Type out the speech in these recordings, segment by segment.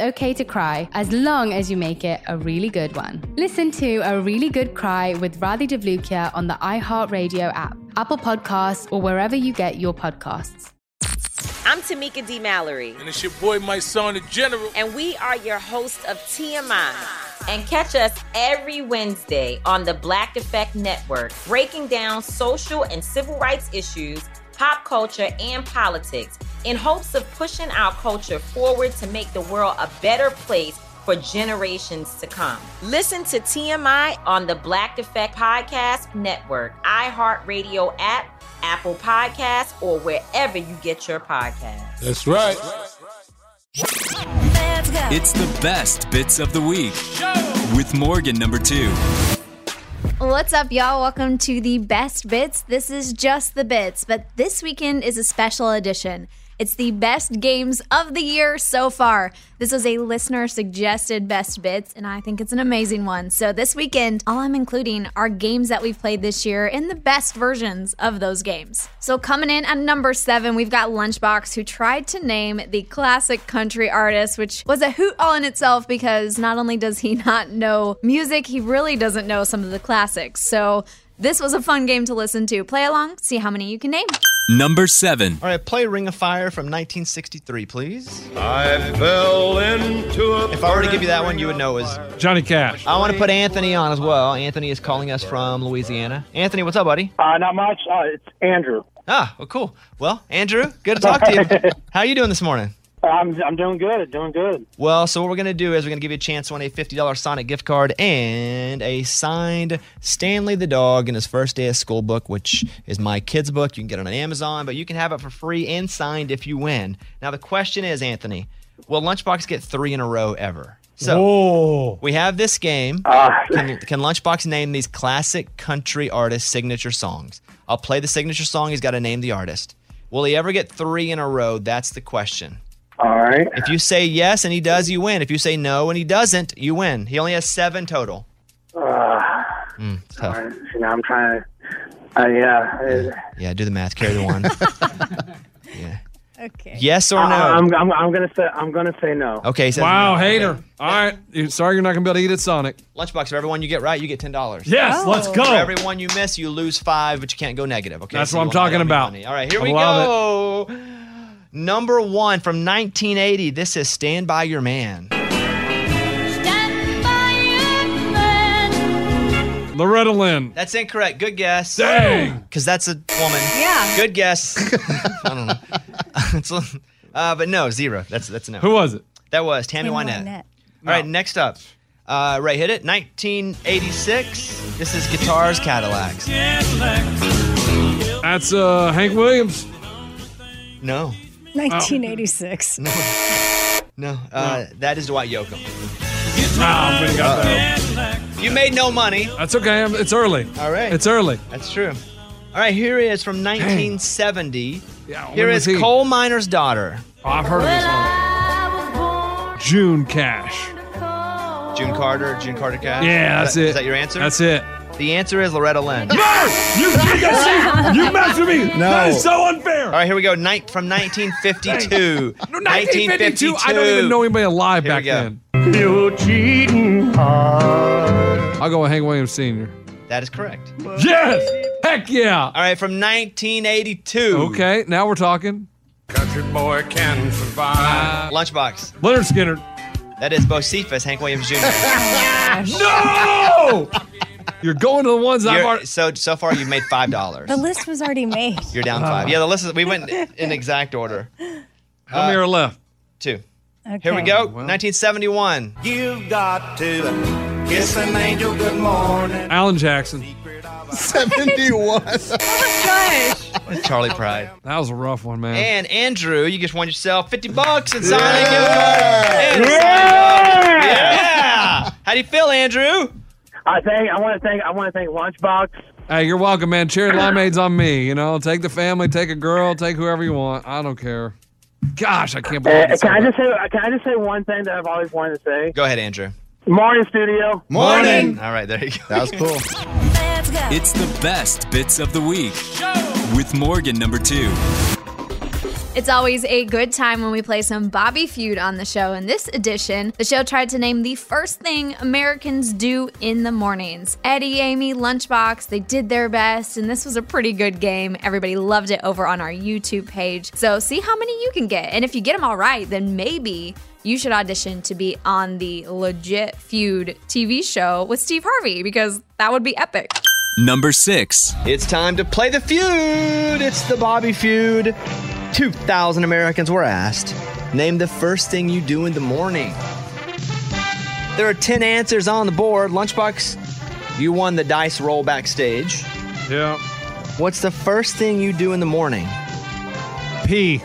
okay to cry as long as you make it a really good one. Listen to A Really Good Cry with Radhi Devlukia on the iHeartRadio app, Apple Podcasts, or wherever you get your podcasts. I'm Tamika D. Mallory, And it's your boy, my son, the general. and we are your hosts of TMI. And catch us every Wednesday on the Black Effect Network, breaking down social and civil rights issues, pop culture, and politics in hopes of pushing our culture forward to make the world a better place for generations to come. Listen to TMI on the Black Effect Podcast Network, iHeartRadio app, Apple Podcasts, or wherever you get your podcasts. That's right. It's the best bits of the week with Morgan number two. What's up, y'all? Welcome to the best bits. This is just the bits, but this weekend is a special edition. It's the best games of the year so far. This was a listener suggested best bits, and I think it's an amazing one. So, this weekend, all I'm including are games that we've played this year and the best versions of those games. So, coming in at number seven, we've got Lunchbox, who tried to name the classic country artist, which was a hoot all in itself because not only does he not know music, he really doesn't know some of the classics. So, this was a fun game to listen to. Play along, see how many you can name. Number seven. All right, play Ring of Fire from 1963, please. I fell into a. If I were to give you that one, you would know it was. Johnny Cash. I want to put Anthony on as well. Anthony is calling us from Louisiana. Anthony, what's up, buddy? Uh, not much. Uh, it's Andrew. Ah, well, cool. Well, Andrew, good to talk to you. How are you doing this morning? Oh, I'm I'm doing good. Doing good. Well, so what we're going to do is we're going to give you a chance to win a $50 Sonic gift card and a signed Stanley the Dog in his first day of school book, which is my kid's book. You can get it on Amazon, but you can have it for free and signed if you win. Now, the question is, Anthony, will Lunchbox get three in a row ever? So Oh. we have this game. Ah. Can, can Lunchbox name these classic country artist signature songs? I'll play the signature song. He's got to name the artist. Will he ever get three in a row? That's the question. All right. If you say yes and he does, you win. If you say no and he doesn't, you win. He only has seven total. Uh, Hmm, Mm, it's tough. you know, I'm trying to. Uh, yeah. it- Yeah, do the math. Carry the one. Okay. yes or no? I- I'm, I'm I'm gonna say I'm gonna say no. okay. he says Wow, no. hater. Okay. All right. You're- Sorry you're not going to be able to eat at Sonic. Lunchbox. For everyone you get right, you get ten dollars. Yes, let's go. For everyone you miss, you lose five, but you can't go negative. Okay. That's So what you I'm will not talking owe me about. money. All right, here I we love go. Number one from 1980. This is "Stand by Your Man." Loretta Lynn. That's incorrect. Good guess. Dang. Because that's a woman. Yeah. Good guess. I don't know. It's a- uh, but no, zero. That's that's a no. Who was it? That was Tammy Wynette. All right, next up. Uh, Ray hit it. 1986. This is Guitars Cadillacs. That's uh, Hank Williams. No, 1986. no. Uh, That is Dwight Yoakam. Uh, Nah, we got that. You made no money. That's okay. I'm- It's early. All right. It's early. That's true. All right, here is from 1970. Yeah, when Here was is he? Coal Miner's Daughter. Oh, I've heard of this one. June Cash. June Carter, June Carter Cash. Yeah, that's Is that- it. Is that your answer? That's it. The answer is Loretta Lynn. You You messed with me. No. That is so unfair. All right, here we go. Night from 1952. 1952. I don't even know anybody alive Here we back go. then. I'll go with Hank Williams Sr. That is correct. All Yes. Heck yeah. right, from 1982. Okay, now we're talking. Country boy can survive. Uh, Lunchbox. Leonard Skinner. That is Bocephus, Hank Williams Jr. No! You're going to the ones I've You're- already. So so far you've made five dollars. The list was already made. You're down five. Yeah, the list is, we went in exact order. Uh. Uh, How many are left? Two. Okay. Here we go. 1971. You've got to kiss an angel good morning. Alan Jackson. 71. Charlie Pride. That was a rough one, man. And Andrew, you just won yourself 50 bucks and Sonic. Yeah. Yeah. Yeah. yeah. How do you feel, Andrew? I think I want to thank I want to thank Lunchbox. Hey, you're welcome, man. Cherry limeade's on me. You know, take the family, take a girl, take whoever you want. I don't care. Gosh, I can't believe Uh, it's can I over. just say Can I just say one thing that I've always wanted to say? Go ahead, Andrew. Morning, studio. Morning. All right, there you go. That was cool. It's the best bits of the week with Morgan number two. It's always a good time when we play some Bobby Feud on the show. In this edition, the show tried to name the first thing Americans do in the mornings. Eddie, Amy, Lunchbox, they did their best, and this was a pretty good game. Everybody loved it over on our YouTube page. So see how many you can get. And if you get them all right, then maybe you should audition to be on the legit feud TV show with Steve Harvey because that would be epic. Number six. It's time to play the feud. It's the Bobby feud. 2,000 Americans were asked Name the first thing you do in the morning. There are 10 answers on the board. Lunchbox, you won the dice roll backstage. Yeah. What's the first thing you do in the morning? Pee.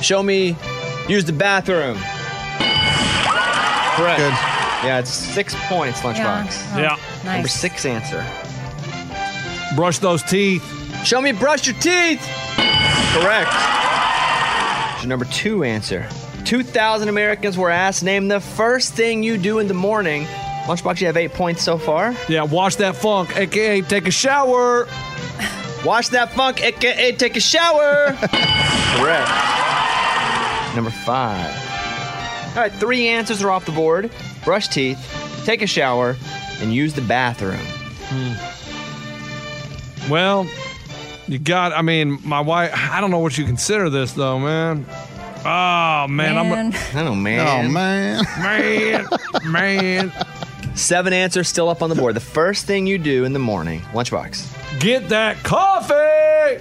Show me, use the bathroom. Correct. Good. Yeah, it's six points, Lunchbox. Yeah. Number six answer. Brush those teeth. Show me brush your teeth. Correct. Your number two answer. 2,000 Americans were asked, name the first thing you do in the morning. Lunchbox, you have eight points so far. Yeah, wash that funk, aka take a shower. Wash that funk, aka take a shower. Correct. Number five. All right, three answers are off the board brush teeth, take a shower, and use the bathroom. Hmm. Well, you got. I mean, my wife. I don't know what you consider this though, man. Oh man, I'm. I don't know, man. Oh, man. Man, man. Seven answers still up on the board. The first thing you do in the morning, lunchbox. Get that coffee.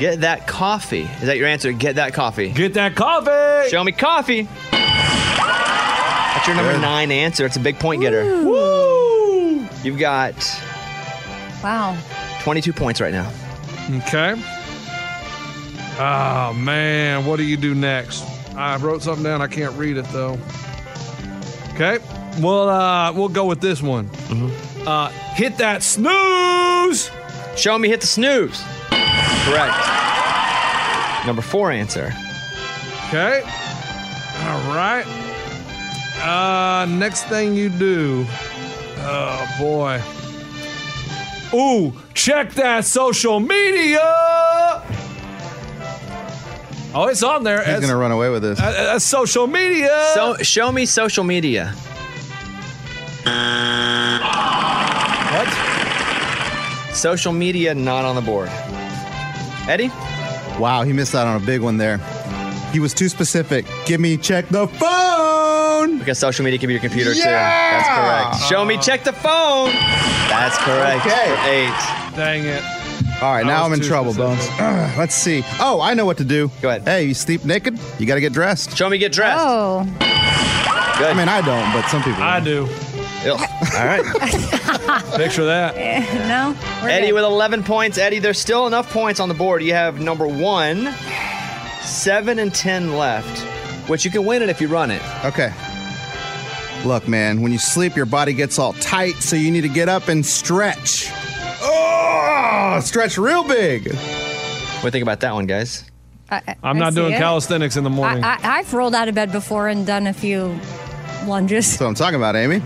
Get that coffee. Is that your answer? Get that coffee. Get that coffee. Show me coffee. That's your number nine answer. It's a big point getter. Woo! You've got Wow. 22 points right now. Okay. Oh man, what do you do next? I wrote something down. I can't read it though. Okay. Well, uh, we'll go with this one. Mm-hmm. Uh, hit that snooze. Show me hit the snooze. Correct. Number four answer. Okay. All right. Uh, next thing you do. Oh boy. Ooh, check that social media. Oh, it's on there. He's It's- going to run away with this. uh, uh, social media. So show me social media. What? Social media not on the board. Eddie? Wow, he missed out on a big one there. He was too specific. Give me check the phone. Because social media can be your computer too. Yeah! That's correct. Show Uh-huh. me check the phone. That's correct. Okay. For eight. Dang it. All right, That now was I'm in too trouble, specific. Bones. Ugh, let's see. Oh, I know what to do. Go ahead. Hey, you sleep naked? You got to get dressed. Show me get dressed. Oh. Good. I mean, I don't, but some people. I do. Ugh. All right. Picture that. Eh, No. we're Eddie good. with 11 points. Eddie, there's still enough points on the board. You have number one, seven, and 10 left, which you can win it if you run it. Okay. Look, man, when you sleep, your body gets all tight, so you need to get up and stretch. Oh, stretch real big. What do you think about that one, guys? I, I- I'm I not see doing it. calisthenics in the morning. I, I, I've rolled out of bed before and done a few lunges. That's what I'm talking about, Amy.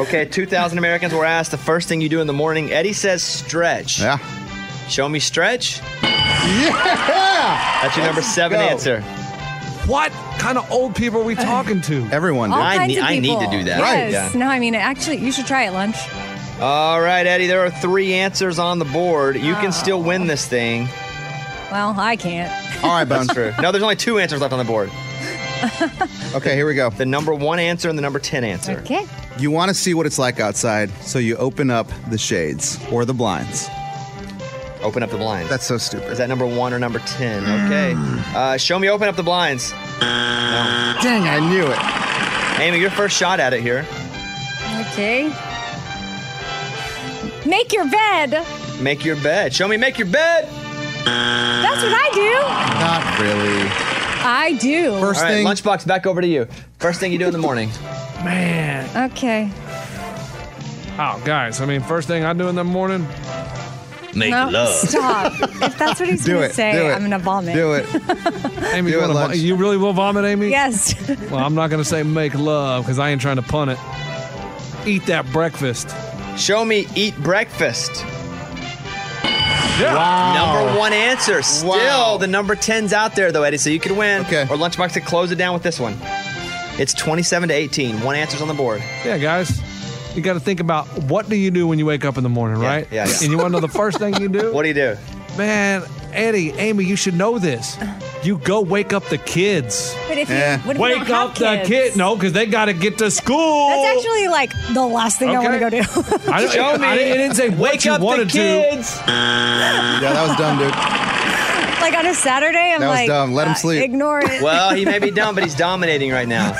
Okay, 2,000 Americans were asked the first thing you do in the morning. Eddie says stretch. Yeah. Show me stretch. Yeah. That's your number seven go. answer. what kind of old people are we talking to? Everyone, All dude. I kinds need- of I need to people. do that. Yes. Right. No, I mean, actually, you should try it lunch. All right, Eddie, there are three answers on the board. You can still win this thing. Well, I can't. All right, Bones. True. No, there's only two answers left on the board Okay, here we go. the number one answer and the number 10 answer. Okay. You want to see what it's like outside, so you open up the shades or the blinds. Open up the blinds. That's so stupid. Hmm. Is that number one or number 10? Okay. Uh, show me open up the blinds. Dang, I knew it. Amy, your first shot at it here. Okay. Make your bed. Make your bed. Show me make your bed. That's what I do. Not really. I do. First thing. Lunchbox, back over to you. First thing you do in the morning. Man. Okay. Oh, guys, I mean, first thing I do in the morning. Make no, Stop. if that's what he's Do going it, to say, do it, I'm going to vomit. do it. Amy, you, wanna vo- you really will vomit, Amy? Yes. Well, I'm not going to say make love because I ain't trying to pun it. Eat that breakfast. Show me eat breakfast. Wow. Number one answer. Still, the number 10's out there, though, Eddie, so you could win. Okay. Or Lunchbox could close it down with this one. It's 27 to 18. One answer's on the board. Yeah, guys. You got to think about what do you do when you wake up in the morning, right? yeah, yeah. And you want to know the first thing you do? What do you do? Man, Eddie, Amy, you should know this. You go wake up the kids. But if you- Yeah. what if you wake don't have up the kids? kid, no, because they got to get to school. That's actually like the last thing I want to go do. I, don't- I didn't- I didn't say what Wake you up the wanted kids. to. yeah, that was dumb, dude. like on a Saturday, I'm That was like, dumb. Let him uh, sleep. Ignore it. Well, he may be dumb, but he's dominating right now.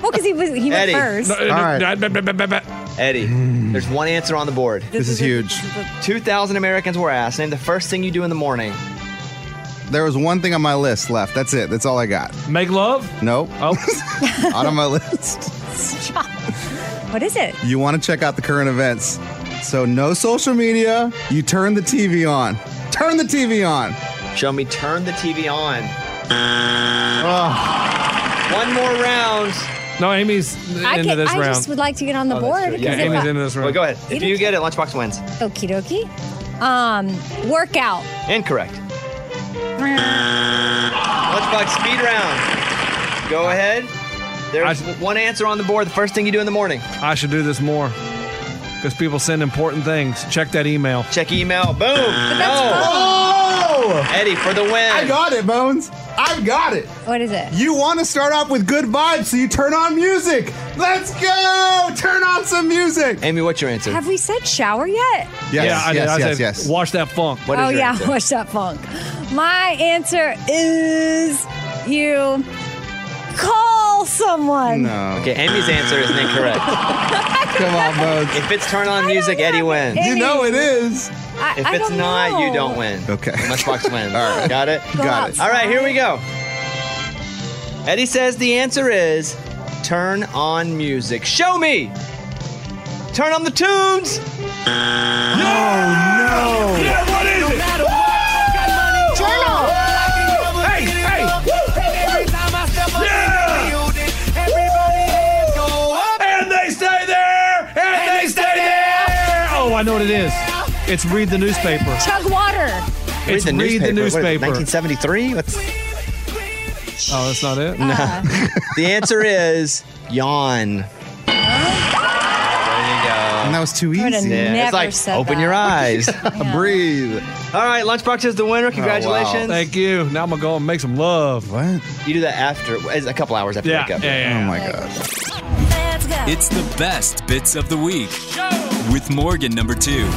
well, because he was he went Eddie. first. Eddie, there's one answer on the board. This This is is a- huge. this 2,000 Americans were asked, name the first thing you do in the morning. There was one thing on my list left. That's it. That's all I got. Make love? Nope. Oh. Out of my list. Stop. What is it? You want to check out the current events. So no social media. You turn the TV on. Turn the TV on. Show me turn the TV on. One more round. No, Amy's I, can, I just would like to get on Oh, the board. Yeah, because it- Amy's into this round. Well, go ahead. If you get it, Lunchbox wins. Okie dokie. Um, workout. Incorrect. Lunchbox speed round. Go ahead. There's one answer on the board. The first thing you do in the morning. I should do this more because people send important things. Check that email. Check email. Boom. Oh! Eddie for the win. I got it, Bones. I've got it. What is it? You want to start off with good vibes, so you turn on music. Let's go. Turn on some music. Amy, what's your answer? Have we said shower yet? yeah, I, did. yes, I yes, said, yes. Watch that funk. oh yeah, what's that funk? My answer is you call someone. No. Okay, Amy's answer is incorrect. Come on, Bones. If it's turn on music, Eddie wins. You know it is. I, If I it's don't not, you know. don't win. Okay. Lunchbox wins. All right. Got it? Go Got it. All right, here we go. Eddie says the answer is turn on music. Show me. Turn on the tunes. Oh, no. Yeah, what is it? Journal. Hey, hey. Yeah. And they stay there. And, they stay there. Oh, I know what it is. It's read the newspaper. Chug water. It's read the newspaper. What is it, 1973? What's- Oh, that's not it? Uh. No. the answer is yawn. There you go. And that was too I would've easy. it's never like said open that. your eyes. Breathe. All right, Lunchbox is the winner. Congratulations. Thank you. Now I'm going to go and make some love. What? You do that after, it's a couple hours after Yeah, wake up. yeah, yeah, Oh, yeah. my gosh. It's the best bits of the week with Morgan number two.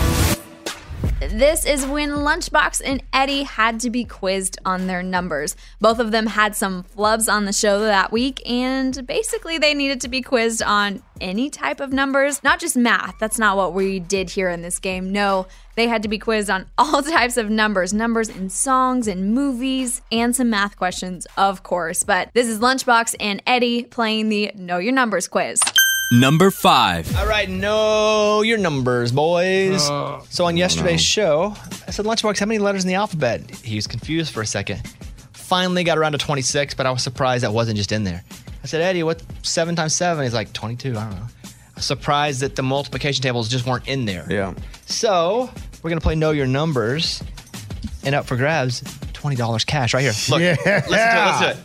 This is when Lunchbox and Eddie had to be quizzed on their numbers. Both of them had some flubs on the show that week, and basically they needed to be quizzed on any type of numbers, not just math. That's not what we did here in this game. No, they had to be quizzed on all types of numbers numbers in songs and movies, and some math questions, of course. But this is Lunchbox and Eddie playing the Know Your Numbers quiz. Number five. All right, know your numbers, boys. so on yesterday's show, I said, Lunchbox, how many letters in the alphabet? He was confused for a second. Finally got around to 26, but I was surprised that wasn't just in there. I said, Eddie, what's seven times seven? He's like, 22, I don't know. I was surprised that the multiplication tables just weren't in there. Yeah. So we're going to play Know Your Numbers. And up for grabs, $20 cash right here. Look, listen to it, listen to it.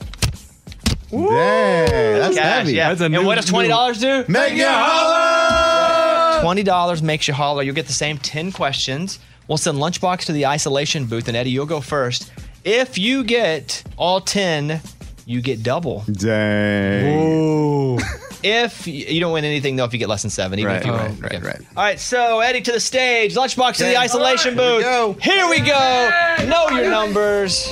Dang, Ah, that's Cash, heavy. yeah. and what does twenty dollars do? Make you holler. Twenty dollars makes you holler. You'll get the same ten questions. We'll send lunchbox to the isolation booth, and Eddie, you'll go first. If you get all ten, you get double. Dang. Ooh. If y- you don't win anything, though, if you get less than seven, even Right, if you right, win. Right, right. All right, so Eddie to the stage, Lunchbox to the Yeah. isolation Here we booth. Here we go. Know your numbers.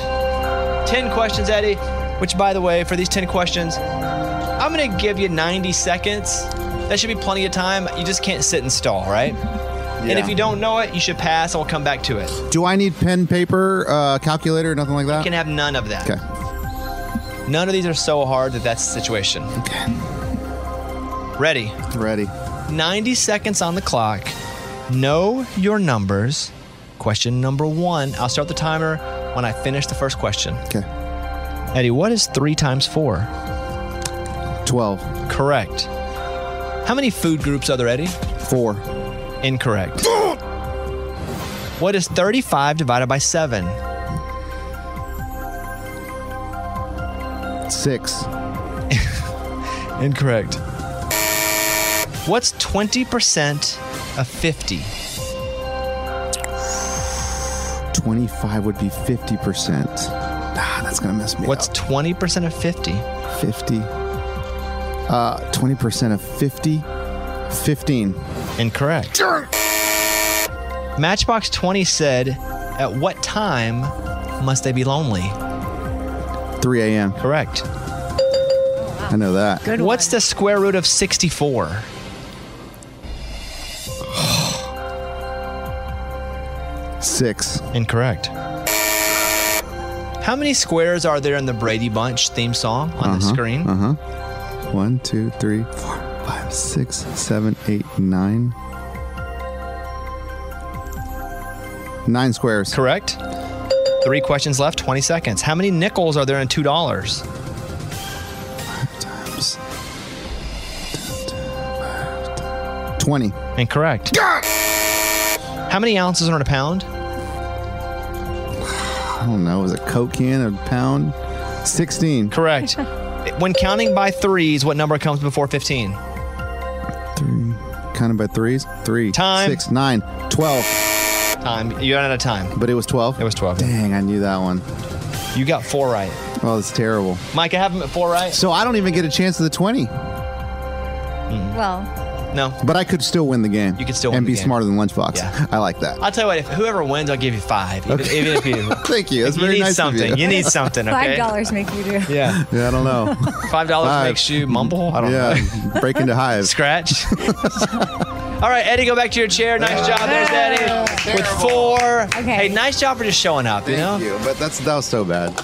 10 questions, Eddie, which, by the way, for these 10 questions, I'm going to give you 90 seconds. That should be plenty of time. You just can't sit and stall, right? And Yeah. if you don't know it, you should pass and we'll come back to it. You Do I need pen, paper, uh, calculator, nothing like that? can have none of that. Okay. None of these are so hard that that's the situation. Okay. Ready? Ready. 90 seconds on the clock. Know your numbers. Question number one. I'll start the timer when I finish the first question. Okay. Eddie, what is three times four? 12. Correct. How many food groups are there, Eddie? Four. Incorrect. what is 35 divided by 7? Six. Incorrect. What's 20% of 50? 25 would be 50%. Ah, that's going to mess me What's up. 20% of 50? 50. Uh, 20% of 50? 15. Incorrect. Matchbox 20 said, At what time must they be lonely? 3 a.m. Correct. I know that. What's the square root of 64? Six. Incorrect. How many squares are there in the Brady Bunch theme song on the screen? Uh huh. One, two, three, four, five, six, seven, eight, nine. Nine squares. Correct. Three questions left, 20 seconds. How many nickels are there in $2? Times. 20. Incorrect. How many ounces are in a pound? I don't know. Is it Coke can a pound? 16. Correct. when counting by threes, what number comes before 15? Three. Counted by threes? Three. Time. Six, nine, 12. Time. You ran out of time. But it was 12? It was 12. Dang, I knew that one. You got four right. Oh, that's terrible. Mike, I have them at four right. So I don't even get a chance at the 20. Well, No. But I could still win the game. You could still And win the be game. smarter than Lunchbox. I like that. I'll tell you what, if whoever wins, I'll give you five. Even, Okay. even if you Thank you. if That's very need nice of something. you. need something, okay? five dollars make you do. Yeah. Yeah, I don't know. Five dollars Five. makes you mumble. I don't yeah, break into hives. Scratch. know. All right, Eddie, go back to your chair. Nice job. There's Eddie with four. Hey, nice job for just showing up, you know? Thank you, but that's that was so bad.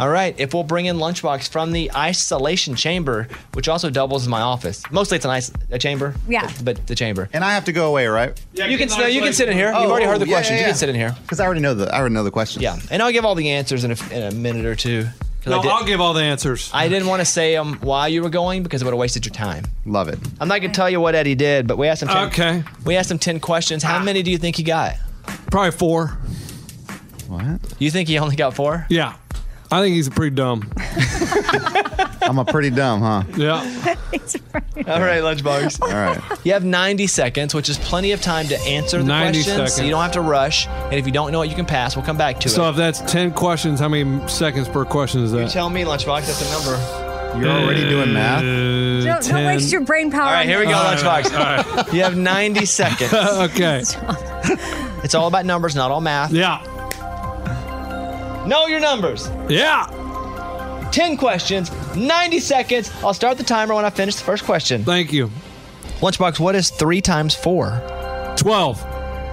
All right, if we'll bring in Lunchbox from the isolation chamber, which also doubles as my office. Mostly it's an ice, a chamber. Yeah. But, but the chamber. And I have to go away, right? you can no, you can sit in here. Oh, You've already heard the questions. You can sit in here. Because I already know the I already know the questions. Yeah, and I'll give all the answers in a, in a minute or two. 'Cause No, I did- I'll give all the answers. I didn't want to say um, why you were going because it would have wasted your time. Love it. I'm not gonna tell you what Eddie did, but we asked him. 10, Okay. Ah. We asked him ten questions. How many do you think he got? Probably four. What? You think he only got four? Yeah. I think he's pretty dumb. I'm a pretty dumb, huh? Yeah. All right, lunchbox. All right. You have 90 seconds, which is plenty of time to answer the 90 questions. So you seconds. don't have to rush. And if you don't know it, you can pass. We'll come back to So it. if that's 10 questions, how many seconds per question is You that? tell me, lunchbox. That's a number. You're already doing math. Uh, Don't, don't 10. waste your brain power. All right, here we go, All right, lunchbox. all You have 90 seconds. okay. It's all about numbers, not all math. Yeah. Know your numbers. Yeah. 10 questions, 90 seconds. I'll start the timer when I finish the first question. Thank you. Lunchbox, what is three times four? 12.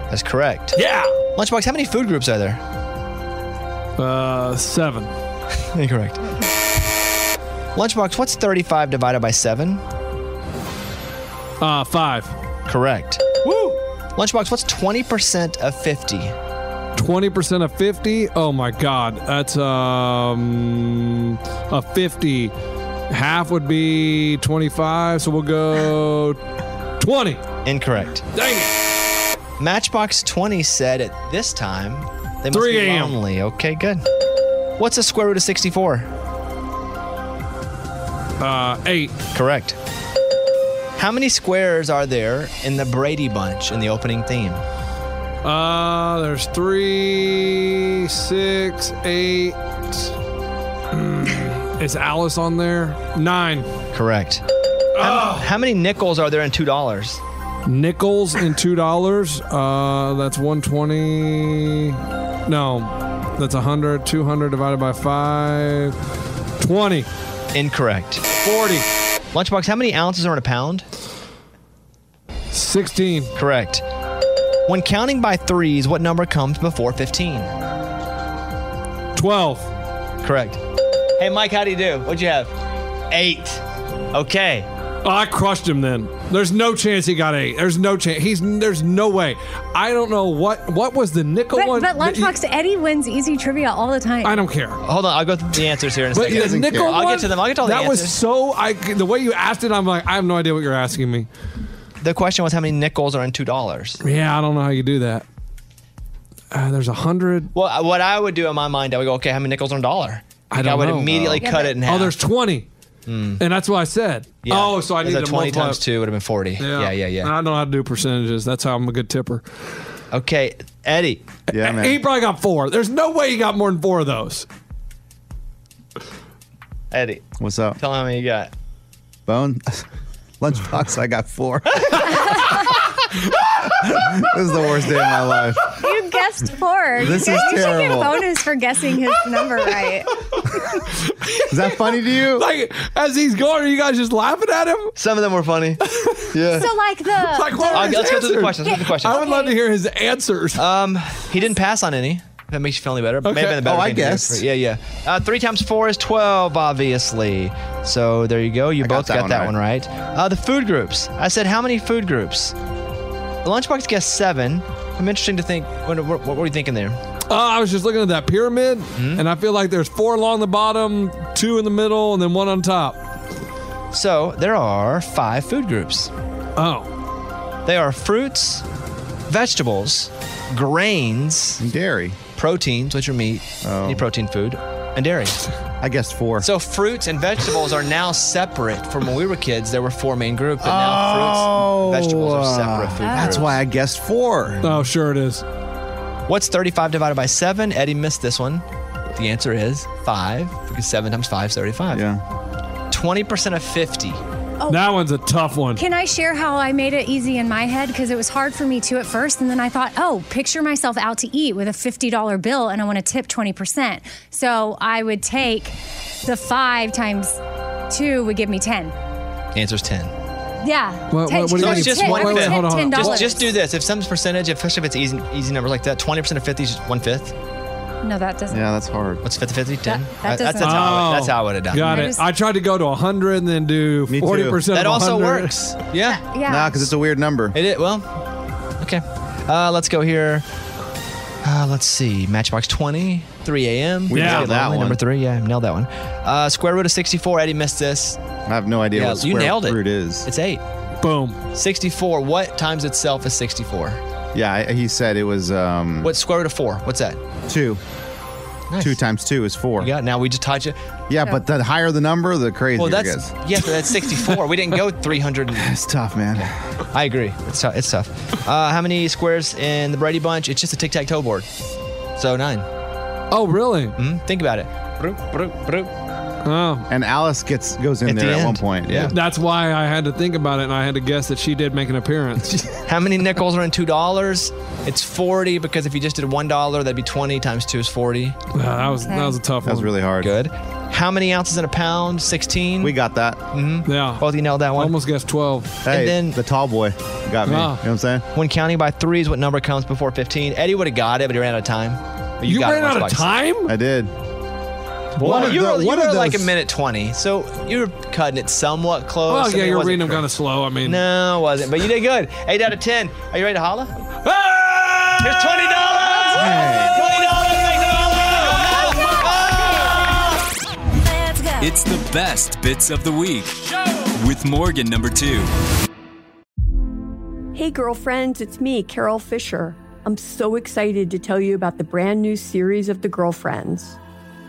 That's correct. Yeah. Lunchbox, how many food groups are there? Uh, seven. Incorrect. Lunchbox, what's 35 divided by 7? Uh, five. Correct. Woo. Lunchbox, what's 20% of 50? 20% of 50. Oh my God. That's, um, a 50. Half would be 25. So we'll go 20. Incorrect. Dang it. Matchbox 20 said at this time they must 3 be a.m.. lonely. Okay, good. What's the square root of 64? Uh, eight. Correct. How many squares are there in the Brady Bunch in the opening theme? Uh, there's three, six, eight. Mm, Is Alice on there? Nine. Correct. How, how many nickels are there in two dollars? Nickels and two dollars. Uh, that's one twenty. No, that's a hundred. Two hundred divided by five. Twenty. Incorrect. Forty. Lunchbox. How many ounces are in a pound? Sixteen. Correct. When counting by threes, what number comes before fifteen? Twelve. Correct. Hey Mike, how do you do? What'd you have? Eight. Okay. Oh, I crushed him then. There's no chance he got eight. There's no chance. He's there's no way. I don't know what what was the nickel But, one. but that he- Lunchbox, Eddie wins easy trivia all the time. I don't care. Hold on, I'll go through the answers here in a But second. the nickel I'll one, get to them. I'll get to all the that answers. was so. I the way you asked it, I'm like, I have no idea what you're asking me. The question was how many nickels are in two dollars. Yeah, I don't know how you do that. Uh, there's a hundred. Well, I- what I would do in my mind, I would go, okay, how many nickels are in a dollar? I Like, don't I would know. immediately Yeah, cut but- Hmm. it in half. Oh, there's twenty, and that's what I said. Yeah. Oh, so I There's need a to 20 multiply- times two would have been 40. Yeah, yeah, yeah. I don't know how to do percentages. That's how I'm a good tipper. Okay, Eddie. Yeah, He probably got four. There's no way he got more than four of those. Eddie, What's up? tell me how many you got. Bone? Lunchbox, I got four. this is the worst day of my life. You guessed four. This you is guys- you should get a terrible. bonus for guessing his number right. Is that funny to you? Like, as he's going, are you guys just laughing at him? Some of them were funny. yeah. So like the, Like, the- what Uh, was let's go through the answered? questions. Let's go through the questions. I would love to hear his answers. Um, he didn't pass on any. If That makes you feel any better. May Okay. have been a better Oh, I thing to do. guessed. Yeah, yeah. Uh, three times four is twelve, obviously. So there you go. You both that got one that right. one right. Uh, the food groups. I said how many food groups? Lunchbox guessed seven. I'm interesting to think. What, what, what were you thinking there? Uh, I was just looking at that pyramid, Hmm? and I feel like there's four along the bottom, two in the middle, and then one on top. So there are five food groups. Oh, They are fruits, vegetables, grains, Dairy. Oh. proteins, which are meat, any protein food, and dairy. I guessed four. So fruits and vegetables are now separate from when we were kids. There were four main groups, but now fruits, and vegetables are separate food Oh, uh, That's groups. why I guessed four. oh, sure it is. What's 35 divided by 7? Eddie missed this one. The answer is 5, because 7 times 5 is 35. Yeah. 20% of 50. That one's a tough one. Can I share how I made it easy in my head? Because it was hard for me too at first. And then I thought, oh, picture myself out to eat with a $50 bill and I want to tip 20%. So I would take the five times two would give me 10. Answer is 10. Yeah. What- what- what do you So mean? it's just Wait, one wait, wait, fifth. hold on, hold on. $10. Just, just do this. If some percentage, especially if it's easy, easy numbers like that, 20% of 50 is just one fifth. No, that doesn't. Yeah, that's hard. What's 50 50? That- 10? that Uh, that's, doesn't- that's how, I would- Oh, that's how I would have done Got I it. just- I tried to go to 100 and then do Me too. 40%. That of also 100. works. Yeah. Yeah. Nah, because it's a weird number. It is. Well, okay. Uh, let's go here. Uh, let's see. Matchbox 20, 3 a.m. We Yeah. nailed that one. Number three. Yeah, nailed that one. Uh, square root of 64. Eddie missed this. I have no idea Yeah, what you square nailed it. root is. It's eight. Boom. 64. What times itself is 64? yeah, I- he said it was um, What's square root of four? What's that? two. Nice. Two times two is four. Yeah, now we just tied you. Yeah, but the higher the number, the crazier Well, it that's gets. yeah, but that's 64. we didn't go 300. and- It's tough, man. I agree. It's tough. It's tough. Uh, how many squares in the Brady Bunch? It's just a tic tac toe board. So nine. Oh, really? Hmm? Think about it. Broop, broop, broop. Oh. And Alice gets goes in At there the at one end. point. Yeah. That's why I had to think about it, and I had to guess that she did make an appearance. How many nickels are in two dollars? It's forty because if you just did one dollar, that'd be twenty times two is forty. Uh, that was that was a tough That was one. really hard. Good. How many ounces in a pound? Sixteen. Mm-hmm. We got that. yeah. both. You nailed that one. Almost guessed 12. Hey, then- the tall boy got me. Ah. You know what I'm saying? When counting by threes, what number comes before fifteen? Eddie would have got it, but he ran out of time. But You, got it ran out of once, Fox. time? I did. Well, One of you the- were, you one were of like a those- minute twenty, so you were cutting it somewhat close. Oh, I mean, yeah, it you're wasn't reading them correct. kind of slow. I mean, No, it wasn't. But you did good. Eight out of ten. Are you ready to holla? Here's twenty dollars. Twenty dollars. It's the best bits of the week with Morgan number two. Hey, girlfriends, it's me, Carol Fisher. I'm so excited to tell you about the brand new series of The Girlfriends.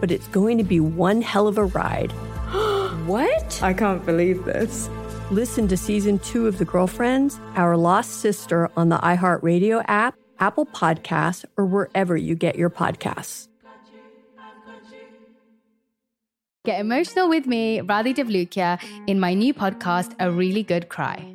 but it's going to be one hell of a ride. what? I can't believe this. Listen to season two of The Girlfriends, Our Lost Sister on the iHeartRadio app, Apple Podcasts, or wherever you get your podcasts. Get emotional with me, Radhi Devlukia, in my new podcast, A Really Good Cry.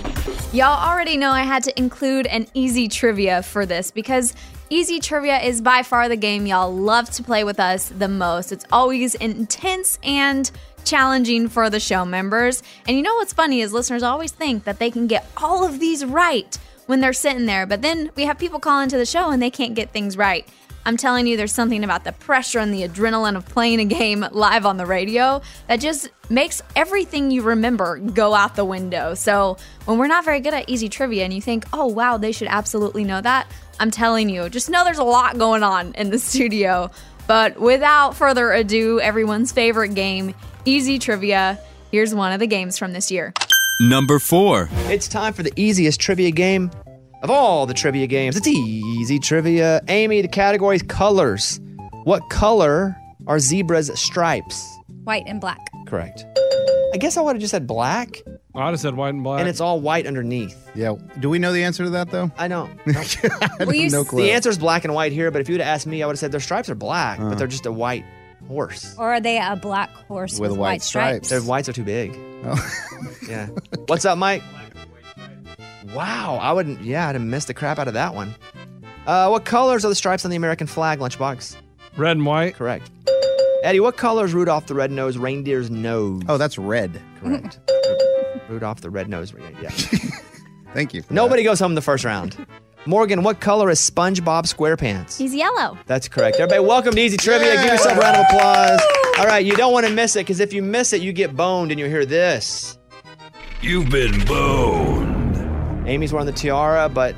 Y'all already know I had to include an easy trivia for this because easy trivia is by far the game y'all love to play with us the most. It's always intense and challenging for the show members. And you know what's funny is listeners always think that they can get all of these right when they're sitting there, but then we have people call into the show and they can't get things right. I'm telling you, there's something about the pressure and the adrenaline of playing a game live on the radio that just makes everything you remember go out the window. So, when we're not very good at easy trivia and you think, oh, wow, they should absolutely know that, I'm telling you, just know there's a lot going on in the studio. But without further ado, everyone's favorite game, easy trivia. Here's one of the games from this year. Number four. It's time for the easiest trivia game of all the trivia games. It's easy trivia. Amy, the category is colors. What color are zebra's stripes? White and black. Correct. I guess I would have just said black. I would have said white and black. And it's all white underneath. Yeah. Do we know the answer to that though? I know. Well, you No s- clue. The answer is black and white here, but if you would have asked me, I would have said their stripes are black, Uh-huh. but they're just a white horse. Or are they a black horse with, white stripes? Their whites are too big. yeah. What's up, Mike? Wow, I wouldn't. Yeah, I'd have missed the crap out of that one. Uh, what colors are the stripes on the American flag, Lunchbox? Red and white. Correct. Eddie, what color is Rudolph the Red-Nosed Reindeer's nose? Oh, that's red. Correct. Rudolph the Red-Nosed Reindeer. Yeah. Thank you. Nobody goes home the first round. Morgan, what color is SpongeBob SquarePants? He's yellow. That's correct. Everybody, welcome to Easy Trivia. Give yourself a round of applause. All right, you don't want to miss it because if you miss it, you get boned and you hear this. You've been boned. Amy's wearing the tiara, but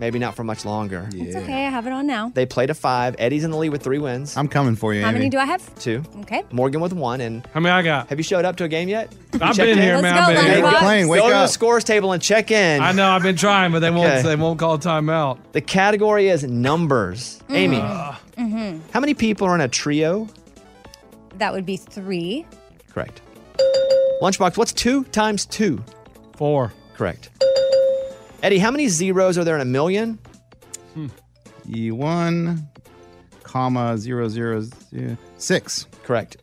maybe not for much longer. It's okay. I have it on now. They played a five. Eddie's in the lead with three wins. I'm coming for you, How many do I have? Two. Okay. Morgan with one, and how many I got? Have you showed up to a game yet? I've been here, man. I've been here. Go to the scores table and check in. I know. I've been trying, but they won't. Okay. They won't call timeout. The category is numbers. Amy, Mm-hmm. how many people are in a trio that would be three. Correct. Lunchbox, what's two times two? Four. Correct. Eddie, how many zeros are there in a million? E one, comma zero zero zero six. Correct.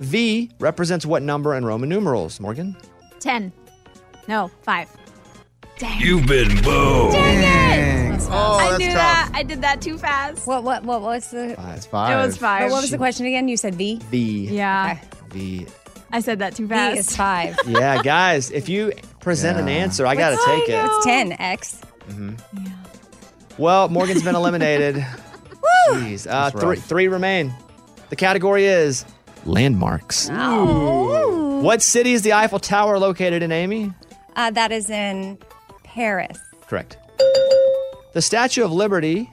V represents what number in Roman numerals, Morgan? 10. No, 5. Dang. You've been boned. Dang it! Oh, I that's knew tough. that. I did that too fast. What what what was the It's It five. was five. What was the question again? You said V? V. Yeah. V. I said that too V is five. Yeah, guys, if you present an answer, I got to take it. It's ten X. Well, Morgan's been eliminated. Jeez. Uh, That's three, rough. three remain. The category is landmarks. What city is the Eiffel Tower located in, Amy? Uh, that is in Paris. Correct. The Statue of Liberty,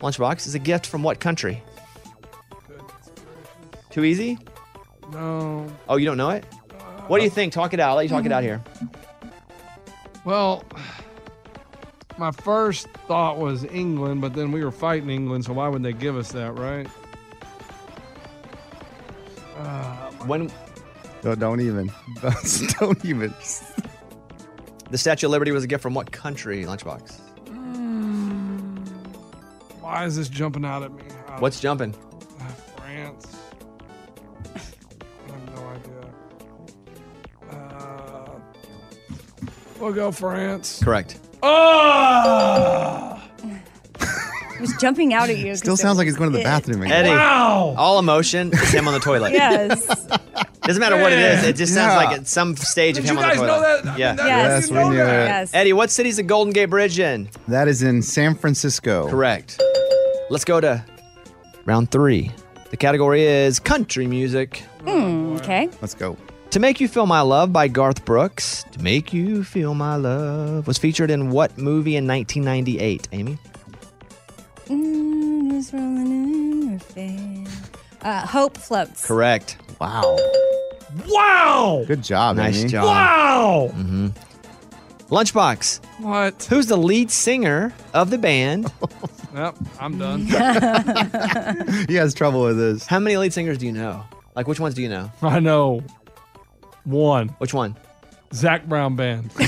lunchbox, is a gift from what country? Too easy? No. Oh, you don't know it? What do you think? Talk it out. I'll let you talk it out here. Well, my first thought was England, but then we were fighting England, so why would they give us that, right? Uh, when No, don't even. don't even. The Statue of Liberty was a gift from what country, lunchbox? Why is this jumping out at me? I- What's jumping? France? I have no idea. Uh, we'll go France. Correct. Oh! It was jumping out at you. 'cause Still it- sounds like he's going to the it- bathroom again. Eddie. All emotion is him on the toilet. Yes. Doesn't matter what it is. It just sounds Yeah. like it's some stage of Did him you on the guys toilet. know that? yeah. that- Yes. Yes, we knew it. Yes. Eddie, what city's the Golden Gate Bridge in? That is in San Francisco. Correct. Let's go to round three. The category is country music. Hmm, okay. Let's go. To Make You Feel My Love by Garth Brooks. To Make You Feel My Love was featured in what movie in 1998, Amy? Mm, it's rolling in her face. Uh, hope floats. Correct. Wow. Wow. Good job, nice Amy. job. Wow. hmm Lunchbox. What? Who's the lead singer of the band? Yep, I'm done. he has trouble with this. How many lead singers do you know? Like, which ones do you know? I know one. Which one? Zach Brown Band.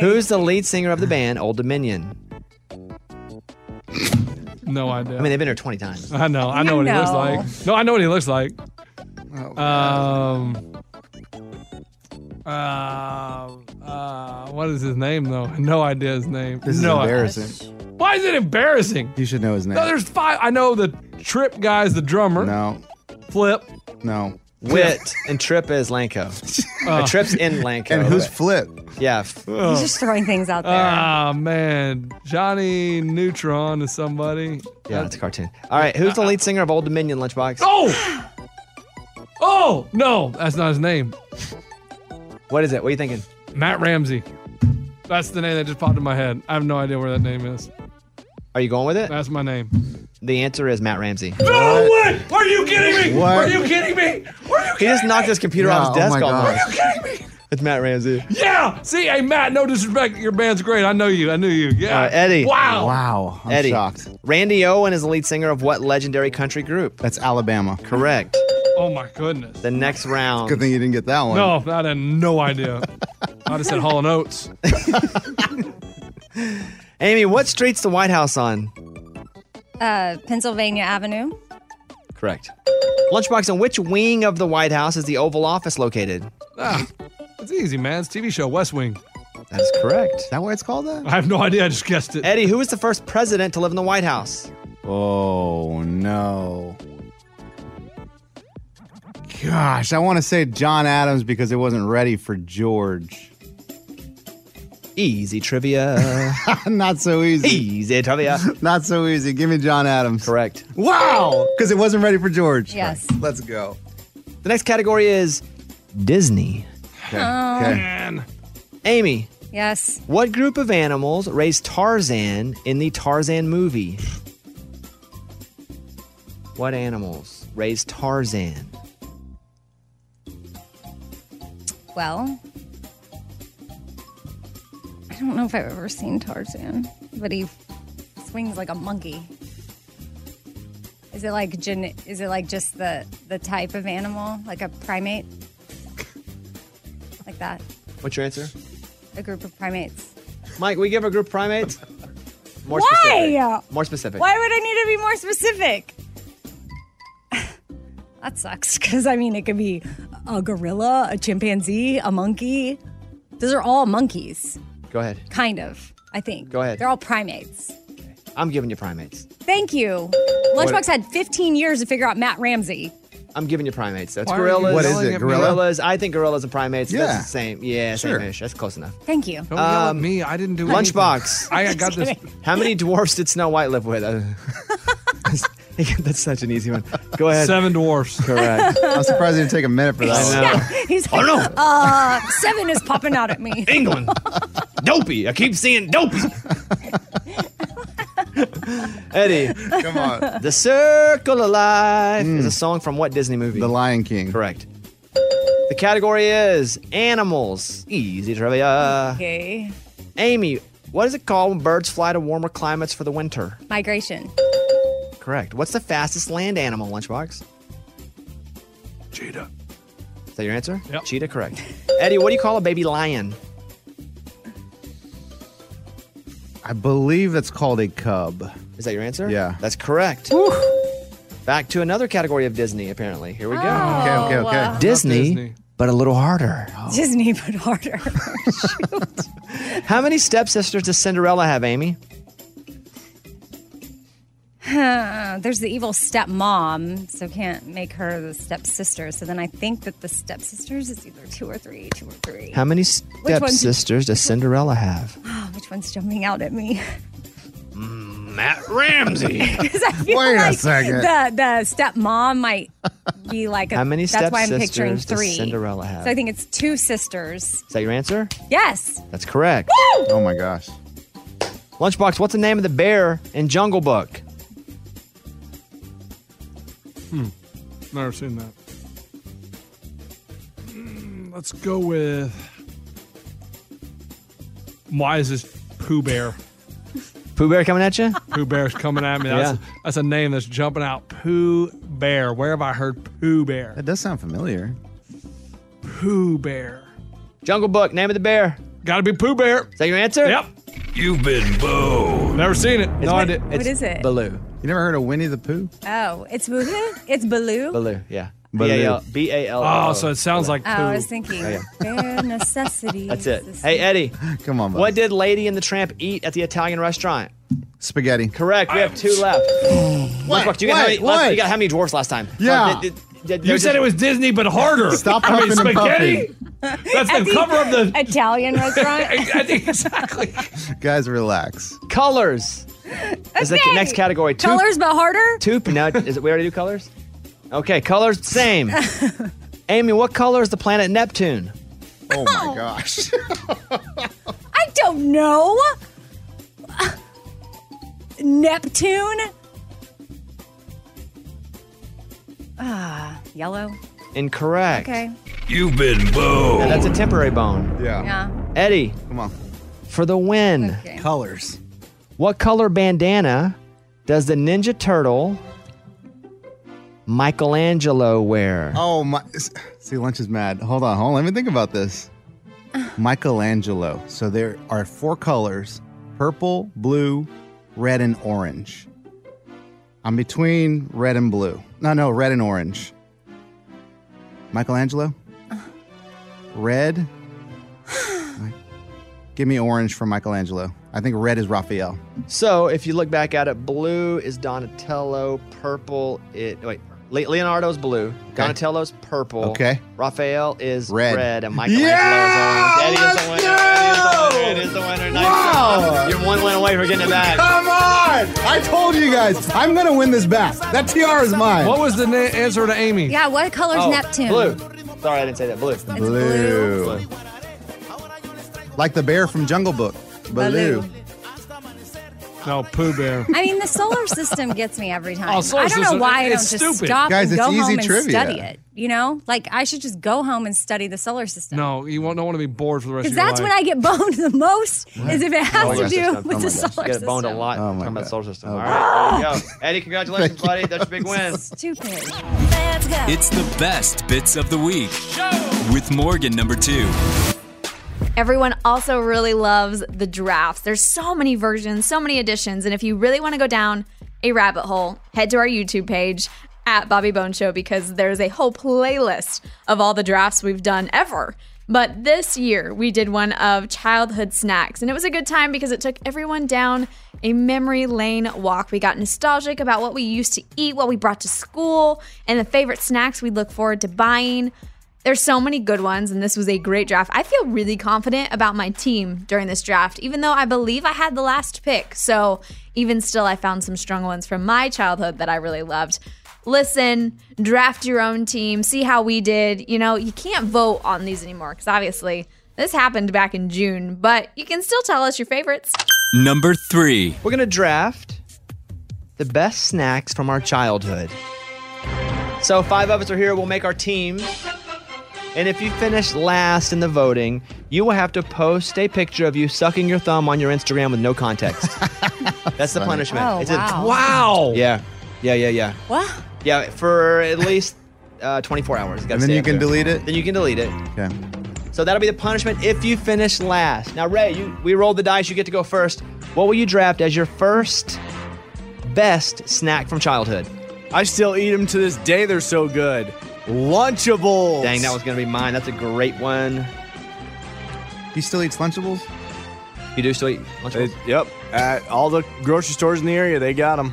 Who's the lead singer of the band Old Dominion? No idea. I mean, they've been here 20 times. I know. I know what he looks No. like. No, I know what he looks like. Oh, Um. Uh, uh, what is his name though? No idea his name. This is no, I- embarrassing. Why is it embarrassing? You should know his name. No, there's five. I know the Trip guy's the drummer. No. Flip. No. Wit and Trip is Lanco. Uh. And Trip's in Lanco. And who's Flip? Yeah. f- He's just throwing things out there. Ah man, Johnny Neutron is somebody. Uh, Yeah, it's a cartoon. All right, who's the lead singer of Old Dominion Lunchbox? Oh! Oh no, that's not his name. What is it? What are you thinking? Matt Ramsey. That's the name that just popped in my head. I have no idea where that name is. Are you going with it? That's my name. The answer is Matt Ramsey. No way! Are you kidding me? What? Are you kidding me? He just knocked his computer Yeah, off his oh my desk almost. gosh. It's Matt Ramsey. Yeah. See, hey Matt, no disrespect. Your band's great. I know you. I knew you. Yeah. All right, Uh, Eddie. Wow. Wow. I'm Eddie. shocked. Randy Owen is the lead singer of what legendary country group? That's Alabama. Correct. Oh my goodness. The next round. Good thing you didn't get that one. No, I had no idea. I just said Hall and Oates. Amy, what street's the White House on? Uh, Pennsylvania Avenue. Correct. Lunchbox, on which wing of the White House is the Oval Office located? Ah, it's easy, man. It's a TV show West Wing. That is correct. Is that why it's called that? I have no idea. I just guessed it. Eddie, who was the first president to live in the White House? Oh no. Gosh, I want to say John Adams because it wasn't ready for George. Easy trivia. Not so easy. Easy trivia. Not so easy. Give me John Adams. Correct. Wow, because it wasn't ready for George. Yes. Let's go. The next category is Disney. Okay. Oh. Amy, Yes. what group of animals raised Tarzan in the Tarzan movie? What animals raised Tarzan? Well, I don't know if I've ever seen Tarzan, but he swings like a monkey. Is it like gen- is it like just the the type of animal, like a primate, like that? What's your answer? A group of primates. Mike, we give a group primates? More Why? specific. More specific. Why would I need to be more specific? that sucks because I mean it could be a gorilla, a chimpanzee, a monkey. Those are all monkeys, Go ahead. kind of. I think. Go ahead. They're all primates. I'm giving you primates. Thank you. Lunchbox had 15 years to figure out Matt Ramsey. I'm giving you primates. That's Why are you gorillas. What is yelling it, at me? gorilla? Gorillas. I think gorillas and primates. Yeah. Yeah. That's the same. Yeah, Sure. same ish. That's close enough. Thank you. Don't yell at me. I didn't do anything. Um, Lunchbox. I got this. How many dwarfs did Snow White live with? Uh, That's such an easy one. Go ahead. Seven dwarfs. Correct. I'm surprised it didn't take a minute for that. one. He's I like, don't know. uh, seven is popping out at me. England. Dopey. I keep seeing dopey. Eddie. Come on. Hmm. The Circle of Life is a song from what Disney movie? The Lion King. Correct. The category is animals. Easy trivia. Okay. Amy, what is it called when birds fly to warmer climates for the winter? Migration. Correct. What's the fastest land animal, Lunchbox? Cheetah. Is that your answer? Yep. Cheetah, correct. Eddie, what do you call a baby lion? I believe that's called a cub. Is that your answer? Yeah. That's correct. Back to another category of Disney, apparently. Here we go. Oh, Okay, okay, okay. wow. Disney, but a little harder. Disney, but harder. How many stepsisters does Cinderella have, Amy? There's the evil stepmom, so can't make her the stepsister. So then I think that the stepsisters is either two or three, two or three. How many Which one's- stepsisters does Cinderella have? Ah, which one's jumping out at me? Matt Ramsey. Because Oh, I feel Wait a like second. the the stepmom might be like a, How many That's why I'm picturing stepsisters does three. Cinderella have? So I think it's two sisters. Is that your answer? Yes. That's correct. Oh my gosh. Lunchbox, what's the name of the bear in Jungle Book? Never seen that. Mm, Let's go with. Why is this Pooh Bear? Pooh Bear coming at you? Pooh Bear's coming at me. That's, Yeah. that's a name that's jumping out. Pooh Bear. Where have I heard Pooh Bear? That does sound familiar. Pooh Bear. Jungle Book, name of the bear. Gotta be Pooh Bear. Is that your answer? Yep. You've been boned. Never seen it. It's no, I Win- did. What it's is it? Baloo. You never heard of Winnie the Pooh? Oh, it's Baloo. It's Baloo. Baloo, yeah. Baloo. B A L. Oh, so it sounds like Oh, Pooh. I was thinking Oh, yeah. bare necessities. That's it. Hey, Eddie. Come on, bud. What did Lady and the Tramp eat at the Italian restaurant? Spaghetti. Correct. We have two left. What? Lunchbox, you, got how many, What? What? you got how many dwarfs last time? Yeah. Well, th- th- th- You there's said just- it was Disney, but harder. Stop I mean, huffing and spaghetti. That's the cover of the. Italian restaurant. I think exactly. Guys, relax. colors. Is the Okay. next category two? Colors, but harder. Two. No, is it? We already do colors. Okay, colors same. Amy, what color is the planet Neptune? Oh my gosh. I don't know. Neptune. Ah, yellow. Incorrect. Okay. You've been boned. Now, that's a temporary bone. Yeah. Yeah. Eddie, Come on. for the win. Okay. Colors. What color bandana does the Ninja Turtle Michelangelo wear? Oh my. See, lunch is mad. Hold on, hold on. Let me think about this. Michelangelo. So there are four colors: purple, blue, red, and orange. I'm between red and blue. No, no, red and orange. Michelangelo. Red. Give me orange for Michelangelo. I think red is Raphael. So, if you look back at it, blue is Donatello, purple it wait, Le- Leonardo's blue, Donatello's purple. Okay. Raphael is Red. red, and Michelangelo Yeah, is orange. Eddie is the let's winner. Eddie is the winner. Eddie is the winner. Nice Wow. job. You're one win away from getting it back. Come on! I told you guys, I'm gonna win this back. That TR is mine. What was the na- answer to Amy? Yeah. What color's Oh, Neptune? Blue. Sorry, I didn't say that. Blue. Blue. Blue. Like the bear from Jungle Book. Baloo. No, Pooh Bear. I mean, the solar system gets me every time. Oh, solar I don't know system, why I don't it's just stupid. stop Guys, and it's go easy home trivia. and study it. You know, like I should just go home and study the solar system. No, you won't, don't want to be bored for the rest of Because your that's when life. I get boned the most, is if it has Solar to do system. with Oh the my gosh. solar You get boned a system. lot Oh my talking about God. solar system. Oh. All right, there you go. Eddie, congratulations, buddy. That's your big win. Stupid. It's the best bits of the week with Morgan number two. Everyone also really loves the drafts. There's so many versions, so many editions, and if you really want to go down a rabbit hole, head to our YouTube page at Bobby Bone Show because there's a whole playlist of all the drafts we've done ever. But this year we did one of childhood snacks, and it was a good time because it took everyone down a memory lane walk. We got nostalgic about what we used to eat, what we brought to school, and the favorite snacks we look forward to buying. There's so many good ones, and this was a great draft. I feel really confident about my team during this draft, even though I believe I had the last pick. So, even still, I found some strong ones from my childhood that I really loved. Listen, draft your own team, see how we did. You know, you can't vote on these anymore because obviously this happened back in June, but you can still tell us your favorites. Number three. We're going to draft the best snacks from our childhood. So, five of us are here. We'll make our team. And if you finish last in the voting, you will have to post a picture of you sucking your thumb on your Instagram with no context. That's the punishment. Oh, a- wow. Wow. Yeah. Yeah, yeah, yeah. What? Yeah, for at least uh, 24 hours. It's gotta And then stay you up can there. delete it? Then you can delete it. Okay. So that'll be the punishment if you finish last. Now, Ray, you, we rolled the dice. You get to go first. What will you draft as your first best snack from childhood? I still eat them to this day. They're so good. Lunchables. Dang, that was going to be mine. That's a great one. He still eats Lunchables? You do still eat Lunchables? yep. At all the grocery stores in the area, they got them.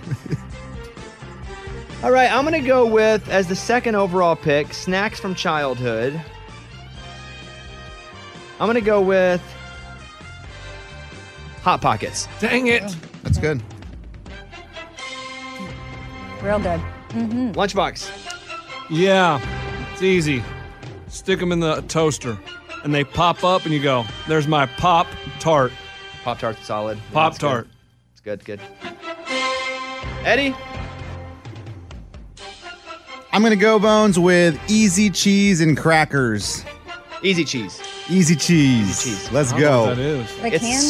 All right, I'm going to go with, as the second overall pick, snacks from childhood. I'm going to go with Hot Pockets. Dang it. That's good. Real good. Mm-hmm. Lunchbox. Yeah, it's easy. Stick them in the toaster, and they pop up, and you go, "There's my pop tart." Pop tart's solid. Pop tart. It's good, good. Eddie? I'm going to go bones with easy cheese and crackers. Easy cheese. Easy cheese. Let's I don't know go. what that is.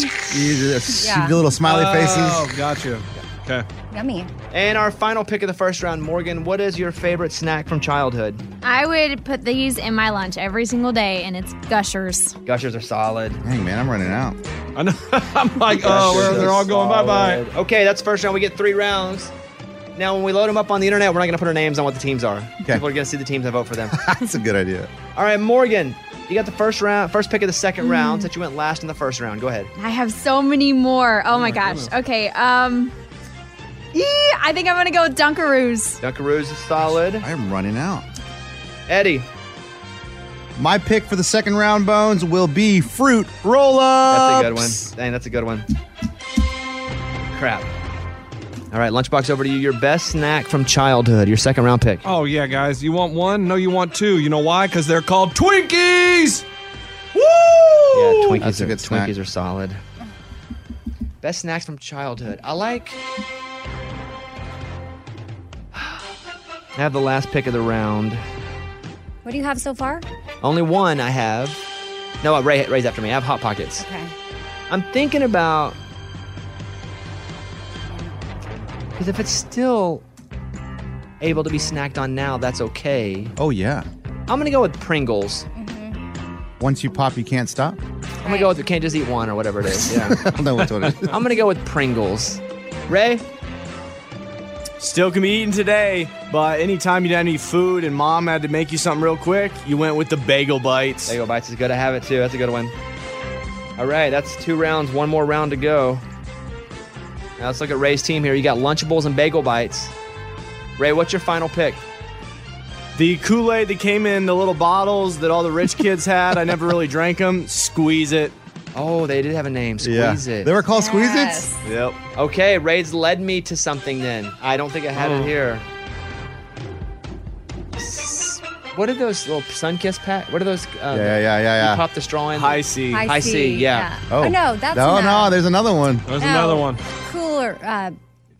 The can? Easy- Yeah. The little smiley faces. Oh, gotcha. Okay. Yummy. And our final pick of the first round, Morgan, what is your favorite snack from childhood? I would put these in my lunch every single day, and it's Gushers. Gushers are solid. Dang, man, I'm running out. I know. I'm like, oh, where they're all going. Bye bye. Okay, that's first round. We get three rounds. Now, when we load them up on the internet, we're not going to put our names on what the teams are. People are going to see the teams and vote for them. That's a good idea. all right, Morgan, you got the first round, first pick of the second Hmm. round since you went last in the first round. Go ahead. I have so many more. Oh, my, gosh. Okay. Um, yeah, I think I'm gonna go with Dunkaroos. Dunkaroos is solid. I am running out. Eddie. My pick for the second round, Bones, will be fruit roll That's ups. a good one. Dang, that's a good one. Crap. All right, Lunchbox, over to you. Your best snack from childhood, your second round pick. Oh yeah, guys. You want one? No, you want two. You know why? Because they're called Twinkies. Woo! Yeah, Yeah, Twinkies, are, Twinkies are solid. Best snacks from childhood. I like. I have the last pick of the round. What do you have so far? Only one I have. No, Ray, Ray's after me. I have Hot Pockets. Okay. I'm thinking about. Because if it's still able to be snacked on now, that's okay. Oh, yeah. I'm going to go with Pringles. Once you pop, you can't stop. I'm going to go with can't just eat one or whatever it is. Yeah. I don't know what it is. I'm going to go with Pringles. Ray? Still can be eaten today, but anytime you had any food and mom had to make you something real quick, you went with the bagel bites. Bagel bites is good. I have it too. That's a good one. All right, that's two rounds. One more round to go. Now let's look at Ray's team here. You got Lunchables and Bagel Bites. Ray, what's your final pick? The Kool Aid that came in the little bottles that all the rich kids had, I never really drank them. Squeeze it. Oh, they did have a name. Yeah. Squeeze it. They were called Squeeze Yes. It? Yep. Okay, Ray's led me to something then. I don't think I had Oh. it here. S- What are those little sun kiss pack? What are those? Uh, yeah, yeah, yeah, yeah. You pop the straw in. High C. High C, yeah. Oh, Oh, no, that's Oh, not- no, there's another one. There's No. another one. Kool Polar. Uh,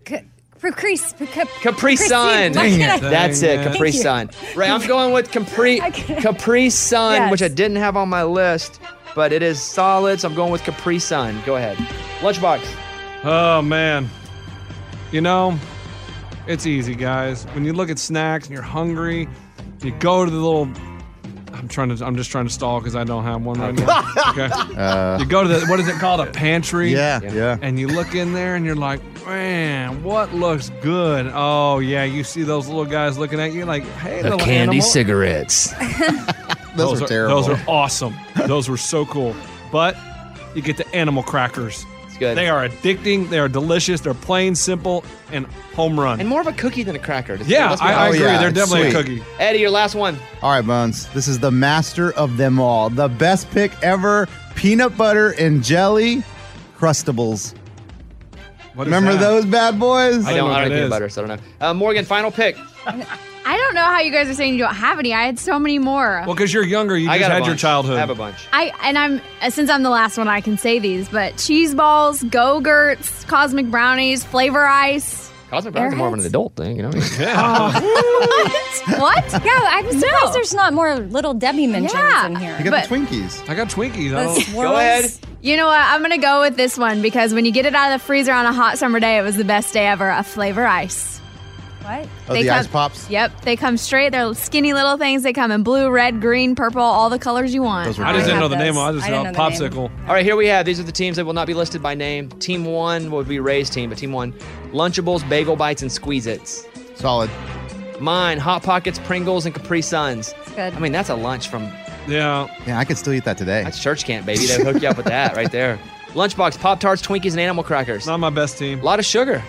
c- Capri, Cap- Capri Sun. Why did I- That's it, Thank Capri you. Sun. Right, I'm going with Capri Capri Sun, Yes. which I didn't have on my list, but it is solid, so I'm going with Capri Sun. Go ahead. Lunchbox. Oh man. You know, it's easy, guys. When you look at snacks and you're hungry, you go to the little I'm trying to I'm just trying to stall because I don't have one right now. Okay. Uh, you go to the what is it called? A pantry. Yeah, yeah. And you look in there and you're like, man, what looks good? Oh yeah, you see those little guys looking at you like, hey, little animal. cigarettes. Those are terrible. Those are awesome. Those were so cool. But you get the animal crackers. It's good. They are addicting. They are delicious. They're plain, simple, and home run. And more of a cookie than a cracker. Just- yeah, let's be I, I honest. agree. yeah, They're it's definitely a sweet. cookie. Eddie, your last one. All right, Bones. This is the master of them all. The best pick ever. Peanut butter and jelly crustables. What is Remember that? those bad boys? what I don't, I don't like that peanut is. butter, so I don't know. Uh, Morgan, final pick. I don't know how you guys are saying you don't have any. I had so many more. Well, because you're younger, you I just got a had your bunch. childhood. I have a bunch. I and I'm uh, since I'm the last one, I can say these. But cheese balls, go-gurts, cosmic brownies, flavor ice. Cosmic Brown's more of an adult thing, you know? Oh. What? Yeah, I'm surprised there's not more little Debbie mentions Yeah. in here. You got the But- Twinkies. I got Twinkies. I The don't- swirls. ahead. You know what? I'm gonna go with this one because when you get it out of the freezer on a hot summer day, it was the best day ever. A flavor ice. What? Oh, They the come- ice pops. Yep, they come straight. They're skinny little things. They come in blue, red, green, purple, all the colors you want. Those were I just good. didn't know the those. name. I just I know didn't know the name. popsicle. All right, here we have. These are the teams that will not be listed by name. Team one would be Ray's team, but team one, Lunchables, Bagel Bites, and Squeeze Its. Solid. Mine, Hot Pockets, Pringles, and Capri Suns. good. I mean, that's a lunch from Yeah. Yeah, I could still eat that today. that's church camp, baby. They hook you up with that right there. Lunchbox, Pop Tarts, Twinkies, and Animal Crackers. A Not my best team. lot of sugar.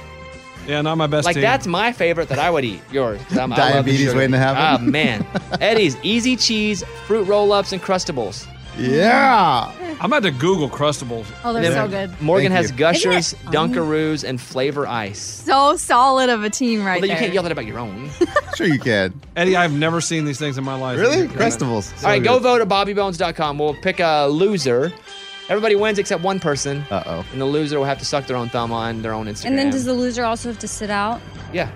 Yeah, not my best Like team. that's my favorite that I would eat. Yours. 'cause I'm- I love the Diabetes sugar. waiting to happen. Ah man, Eddie's easy cheese, fruit roll-ups, and crustables. Yeah. I'm about to Google Crustables. Oh, they're so good. Morgan Thank has you. gushers, Dunkaroos, and flavor ice. So solid of a team right Although you there. can't yell that about your own. Sure you can. Eddie, I've never seen these things in my life. Really? Crustables. All right, go vote at bobbybones.com. We'll pick a loser. Everybody wins except one person. Uh-oh. And the loser will have to suck their own thumb on their own Instagram. And then does the loser also have to sit out? Yeah,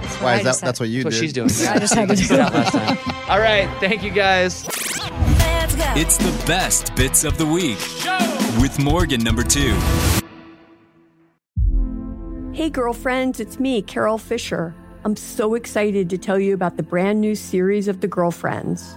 That's what Why I is that? just said. That's what you that's did. what she's doing. I just had to do that. All right, thank you guys. It's the best bits of the week with Morgan number two. Hey, girlfriends, it's me, Carol Fisher. I'm so excited to tell you about the brand new series of The Girlfriends.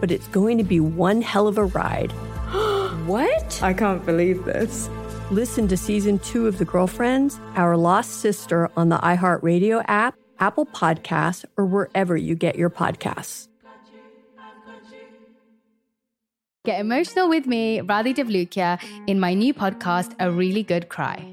but it's going to be one hell of a ride. What? I can't believe this. Listen to season two of The Girlfriends, Our Lost Sister on the iHeartRadio app, Apple Podcasts, or wherever you get your podcasts. Get emotional with me, Radhi Devlukia, in my new podcast, A Really Good Cry.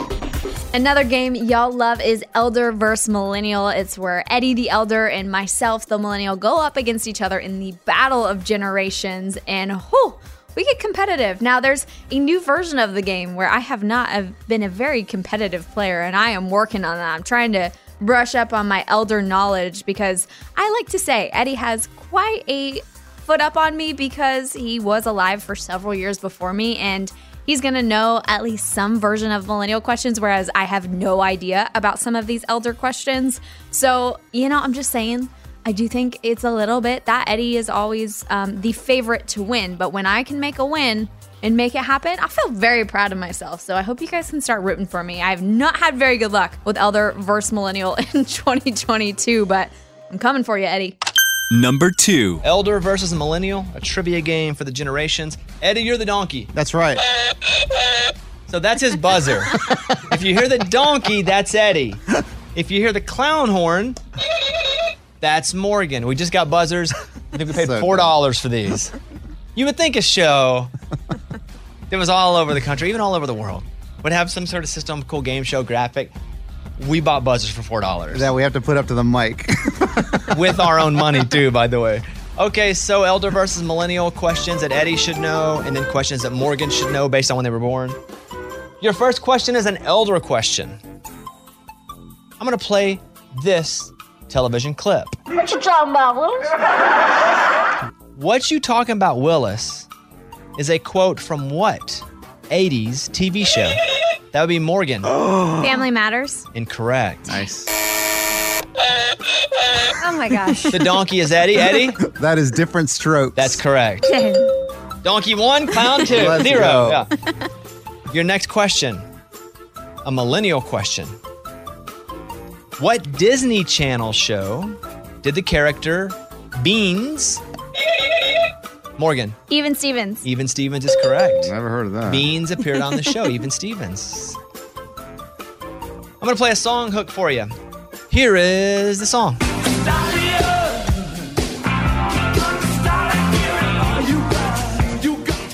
Another game y'all love is Elder versus Millennial. It's where Eddie the Elder and myself, the Millennial, go up against each other in the battle of generations, and whew, we get competitive. Now, there's a new version of the game where I have not have been a very competitive player, and I am working on that. I'm trying to brush up on my Elder knowledge because I like to say Eddie has quite a foot up on me because he was alive for several years before me and he's going to know at least some version of millennial questions whereas I have no idea about some of these elder questions. So, you know, I'm just saying I do think it's a little bit that Eddie is always um, the favorite to win, but when I can make a win and make it happen, I feel very proud of myself. So I hope you guys can start rooting for me. I've not had very good luck with elder versus millennial in 2022, but I'm coming for you, Eddie. Number two. Elder versus Millennial, a trivia game for the generations. Eddie, you're the donkey. That's right. So that's his buzzer. if you hear the donkey, that's Eddie. If you hear the clown horn, that's Morgan. We just got buzzers. I think we paid So four dollars for these. You would think a show that was all over the country, even all over the world, would have some sort of system, cool game show graphic. We bought buzzers for four dollars. That we have to put up to the mic. with our own money too, by the way. Okay, so elder versus millennial questions that Eddie should know, and then questions that Morgan should know based on when they were born. Your first question is an elder question. I'm gonna play this television clip. What you talking about, Willis? What you talking about, Willis, is a quote from what 80s TV show? That would be Morgan. Family matters. Incorrect. Nice. Oh my gosh. The donkey is Eddie. Eddie? that is different strokes. That's correct. Donkey one, clown 2 Let's zero. go. Yeah. Your next question, a millennial question. What Disney Channel show did the character Beans? Morgan, Even Stevens. Even Stevens is correct. Never heard of that. Beans appeared on the show, Even Stevens. I'm going to play a song hook for you. Here is the song.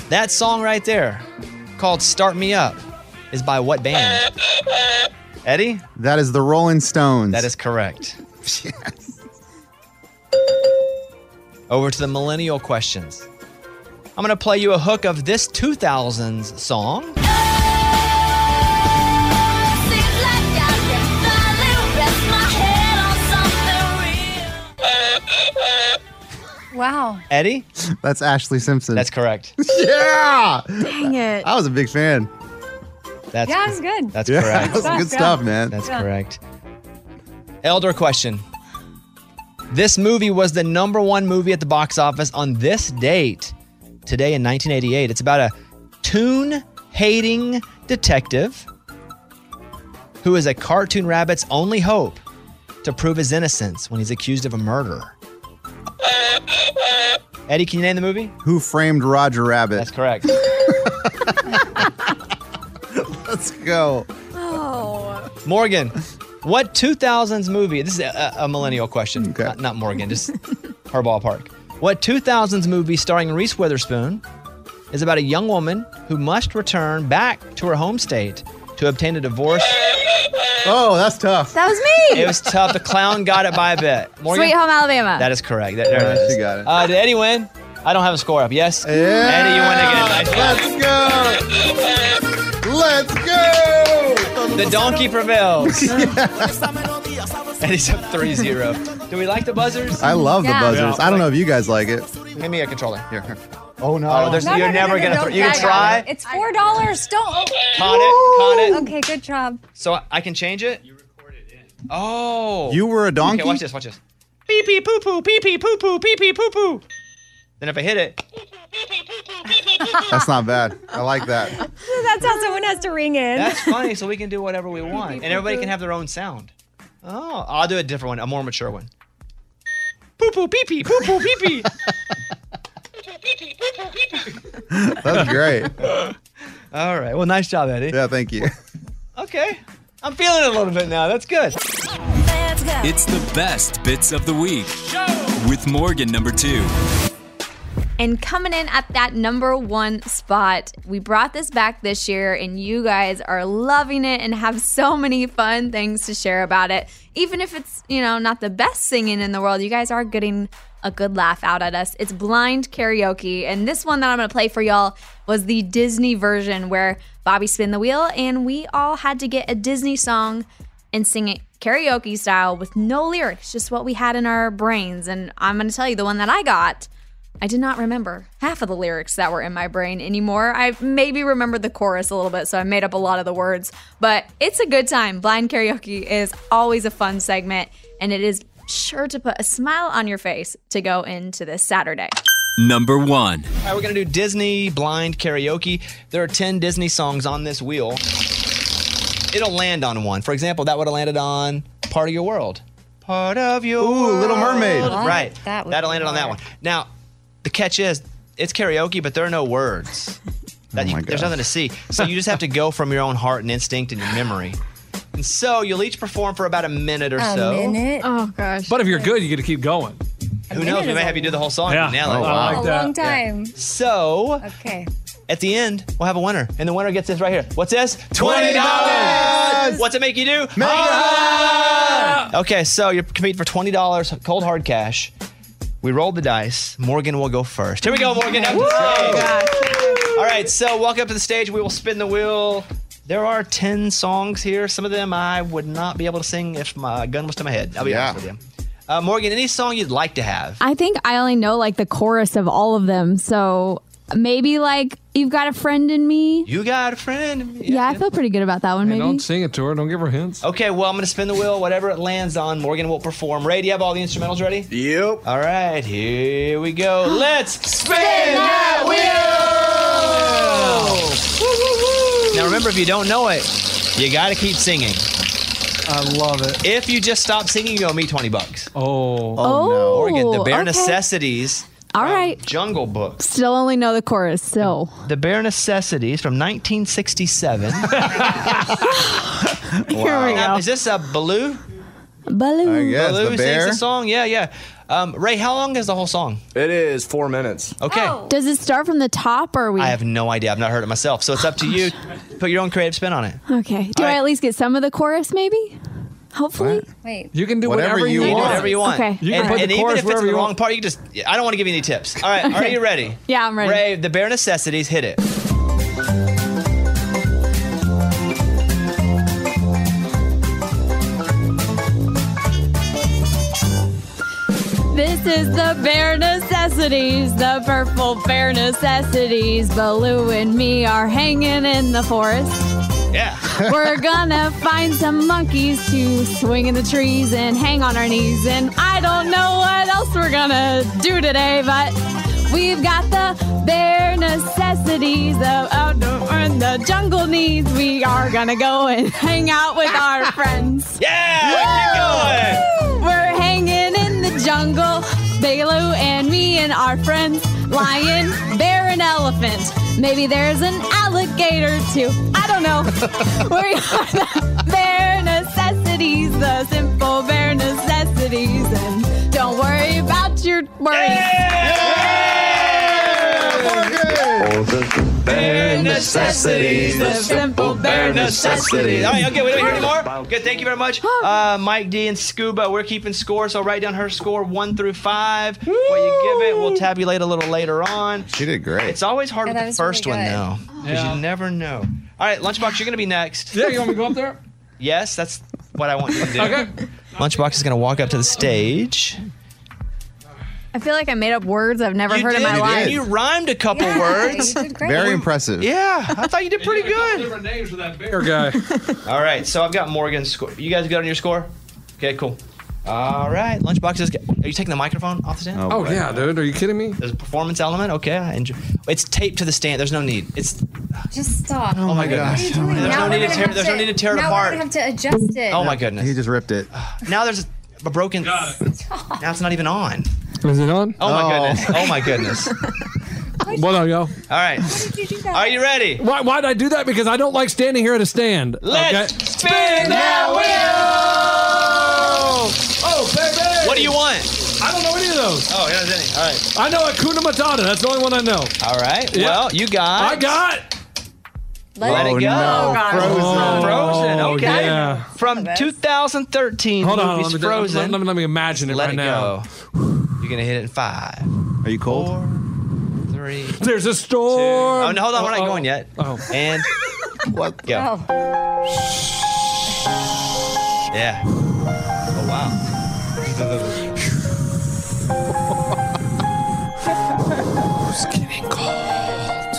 That song right there, called Start Me Up, is by what band? Eddie? That is the Rolling Stones. That is correct. Over to the millennial questions. I'm going to play you a hook of this 2000s song. Wow. Eddie? That's Ashley Simpson. That's correct. yeah. Dang it. I was a big fan. That's yeah, it's good. That's Yeah, correct. that's some good Yeah. stuff, man. That's Yeah. correct. Elder question. This movie was the number one movie at the box office on this date, today in 1988. It's about a tune hating detective who is a cartoon rabbit's only hope to prove his innocence when he's accused of a murder. Eddie, can you name the movie? Who framed Roger Rabbit? That's correct. Let's go. Oh. Morgan, What 2000s movie? This is a, a millennial question, not, not Morgan, just her ballpark. What 2000s movie starring Reese Witherspoon is about a young woman who must return back to her home state to obtain a divorce? Oh, that's tough. That was me. It was tough. The clown got it by a bit. Morgan? Sweet Home Alabama. That is correct. That, there it is. She got it. Uh, did Eddie win? I don't have a score up. Yes. Eddie, you win again. Nice job. Let's go. Let's go. The donkey prevails. Eddie's up 3 0. Do we like the buzzers? I love the buzzers. I don't know if you guys like it. Hand me a controller. Here. here. Oh no. Oh, there's, No, no, you're no, never no, going to no, throw. You no, can no, try. It's four dollars. Don't. Caught it. Caught it. Okay, good job. So I can change it? You recorded in. Oh. You were a donkey? Okay, watch this. Watch this. Pee pee poo poo. Pee pee poo poo. Pee pee poo poo. Then if I hit it, That's not bad. I like that. That's how someone has to ring in. that's funny. So we can do whatever we want, and everybody can have their own sound. Oh, I'll do a different one, a more mature one. Poo poo pee pee. Poo poo pee pee. That's great. All right. Well, nice job, Eddie. Yeah, thank you. Okay. I'm feeling it a little bit now. That's good. It's the best bits of the week with Morgan number two. And coming in at that number one spot, we brought this back this year, and you guys are loving it and have so many fun things to share about it. Even if it's, you know, not the best singing in the world, you guys are getting a good laugh out at us. It's blind karaoke. And this one that I'm gonna play for y'all was the Disney version where Bobby spin the wheel, and we all had to get a Disney song and sing it karaoke style with no lyrics, just what we had in our brains. And I'm gonna tell you the one that I got. I did not remember half of the lyrics that were in my brain anymore. I maybe remembered the chorus a little bit, so I made up a lot of the words. But it's a good time. Blind karaoke is always a fun segment, and it is sure to put a smile on your face to go into this Saturday. Number one. All right, we're gonna do Disney blind karaoke. There are ten Disney songs on this wheel. It'll land on one. For example, that would have landed on "Part of Your World." Part of your Ooh, Little Mermaid. World. Right. That would That'll be land on that one. hard. Now, the catch is it's karaoke, but there are no words. That Oh you- there's nothing to see. So you just have to go from your own heart and instinct and your memory. And so you'll each perform for about a minute or so. Oh gosh. But if you're good, you get to keep going. Who knows? We may have you do the whole song. Yeah. and nail it. Oh, wow. I like A that. long time. So Okay. At the end, we'll have a winner, and the winner gets this right here. What's this? $20. Twenty dollars. What's it make you do? Make Ah! Okay, so you're competing for twenty dollars, cold hard cash. We rolled the dice. Morgan will go first. Here we go, Morgan. Up to the stage. All right, so welcome up to the stage. We will spin the wheel. There are ten songs here. Some of them I would not be able to sing if my gun was to my head. I'll be Yeah. honest with you. Uh, Morgan, any song you'd like to have? I think I only know like the chorus of all of them. So maybe like you've got a friend in me. You got a friend. Yeah, I feel pretty good about that one. Hey, Maybe. don't sing it to her. Don't give her hints. Okay, well, I'm going to spin the wheel. Whatever it lands on, Morgan will perform. Ray, do you have all the instrumentals ready? Yep. All right, here we go. Let's spin that wheel! Now, remember, if you don't know it, you got to keep singing. I love it. If you just stop singing, you owe me 20 bucks. Oh. Oh, no. Morgan, the bare okay. necessities. All right. Jungle Book. Still only know the chorus. So The Bare Necessities from 1967. here we Now, go. Is this a Baloo? Baloo. I guess Baloo the sings bear. the song? Yeah, yeah. Um, Ray, how long is the whole song? It is four minutes. Okay. Oh. Does it start from the top or are we? I have no idea. I've not heard it myself. So it's up to you. Put your own creative spin on it. okay. Do I right. at least get some of the chorus? Maybe. Hopefully. Wait. You can do Whatever whatever, you you, want. You do want. whatever you want. Okay. You can and put the and even chorus if it's wherever the you wrong want. part, you can just. I don't want to give you any tips. All right. Are you ready? Yeah, I'm ready. Ray, the bare necessities. Hit it. This is the bare necessities, the purple bare necessities. Baloo and me are hanging in the forest. Yeah. We're gonna find some monkeys to swing in the trees and hang on our knees. And I don't know what else we're gonna do today, but we've got the bare necessities of outdoor and the jungle needs. We are gonna go and hang out with our friends. Yeah. Keep going. We're hanging in the jungle, Baloo and me and our friends, lion, bear, and elephant. Maybe there's an alligator too. I don't know. we are the bare necessities the simple bare necessities. And don't worry about your worries. Bare necessities, the simple bare necessities. All right, okay, we don't hear anymore. Good, thank you very much. Uh, Mike D and Scuba, we're keeping score, so write down her score one through five. What you give it, we'll tabulate a little later on. She did great. It's always hard Yeah, with that the was first really one good. though, because Yeah. you never know. All right, Lunchbox, you're gonna be next. Yeah, you want me to go up there? Yes, that's what I want you to do. okay. Lunchbox is gonna walk up to the stage. I feel like I made up words I've never heard in my life. You rhymed a couple Yeah, words. you did great. Very impressive. Yeah, I thought you did pretty good. Different names for that Fair guy. All right, so I've got Morgan's score. You guys good on your score? Okay, cool. All right, lunchbox is. Are you taking the microphone off the stand? Oh, yeah, dude. Are you kidding me? There's a performance element. Okay, I enjoy. It's taped to the stand. There's no need. It's. Just stop. Oh, my gosh. goodness. There's no need to tear. There's no need to tear it now apart. We're gonna have to adjust it. Oh my goodness. He just ripped it. Now there's a, a broken. now it's not even on. Is it on? Oh, my goodness. Oh my goodness. What up, y'all? All right. Are you ready? Why, why'd I do that? Because I don't like standing here at a stand. Let's okay? spin that wheel. Oh, baby. What do you want? I don't know any of those. Oh, yeah, there's any. All right. I know Akuna Matata. That's the only one I know. All right. Yeah. Well, you got. I got. Let, it go. Oh, Frozen. Frozen. Oh, Okay. yeah. From 2013. Hold on. It's Let me, Frozen. Let me, let me imagine it Let right it now. You're gonna hit it in five. Are you cold? Three. There's a storm. Oh no, hold on. We're not going yet. Oh. And what? Go. Yeah. Oh wow. It's getting cold.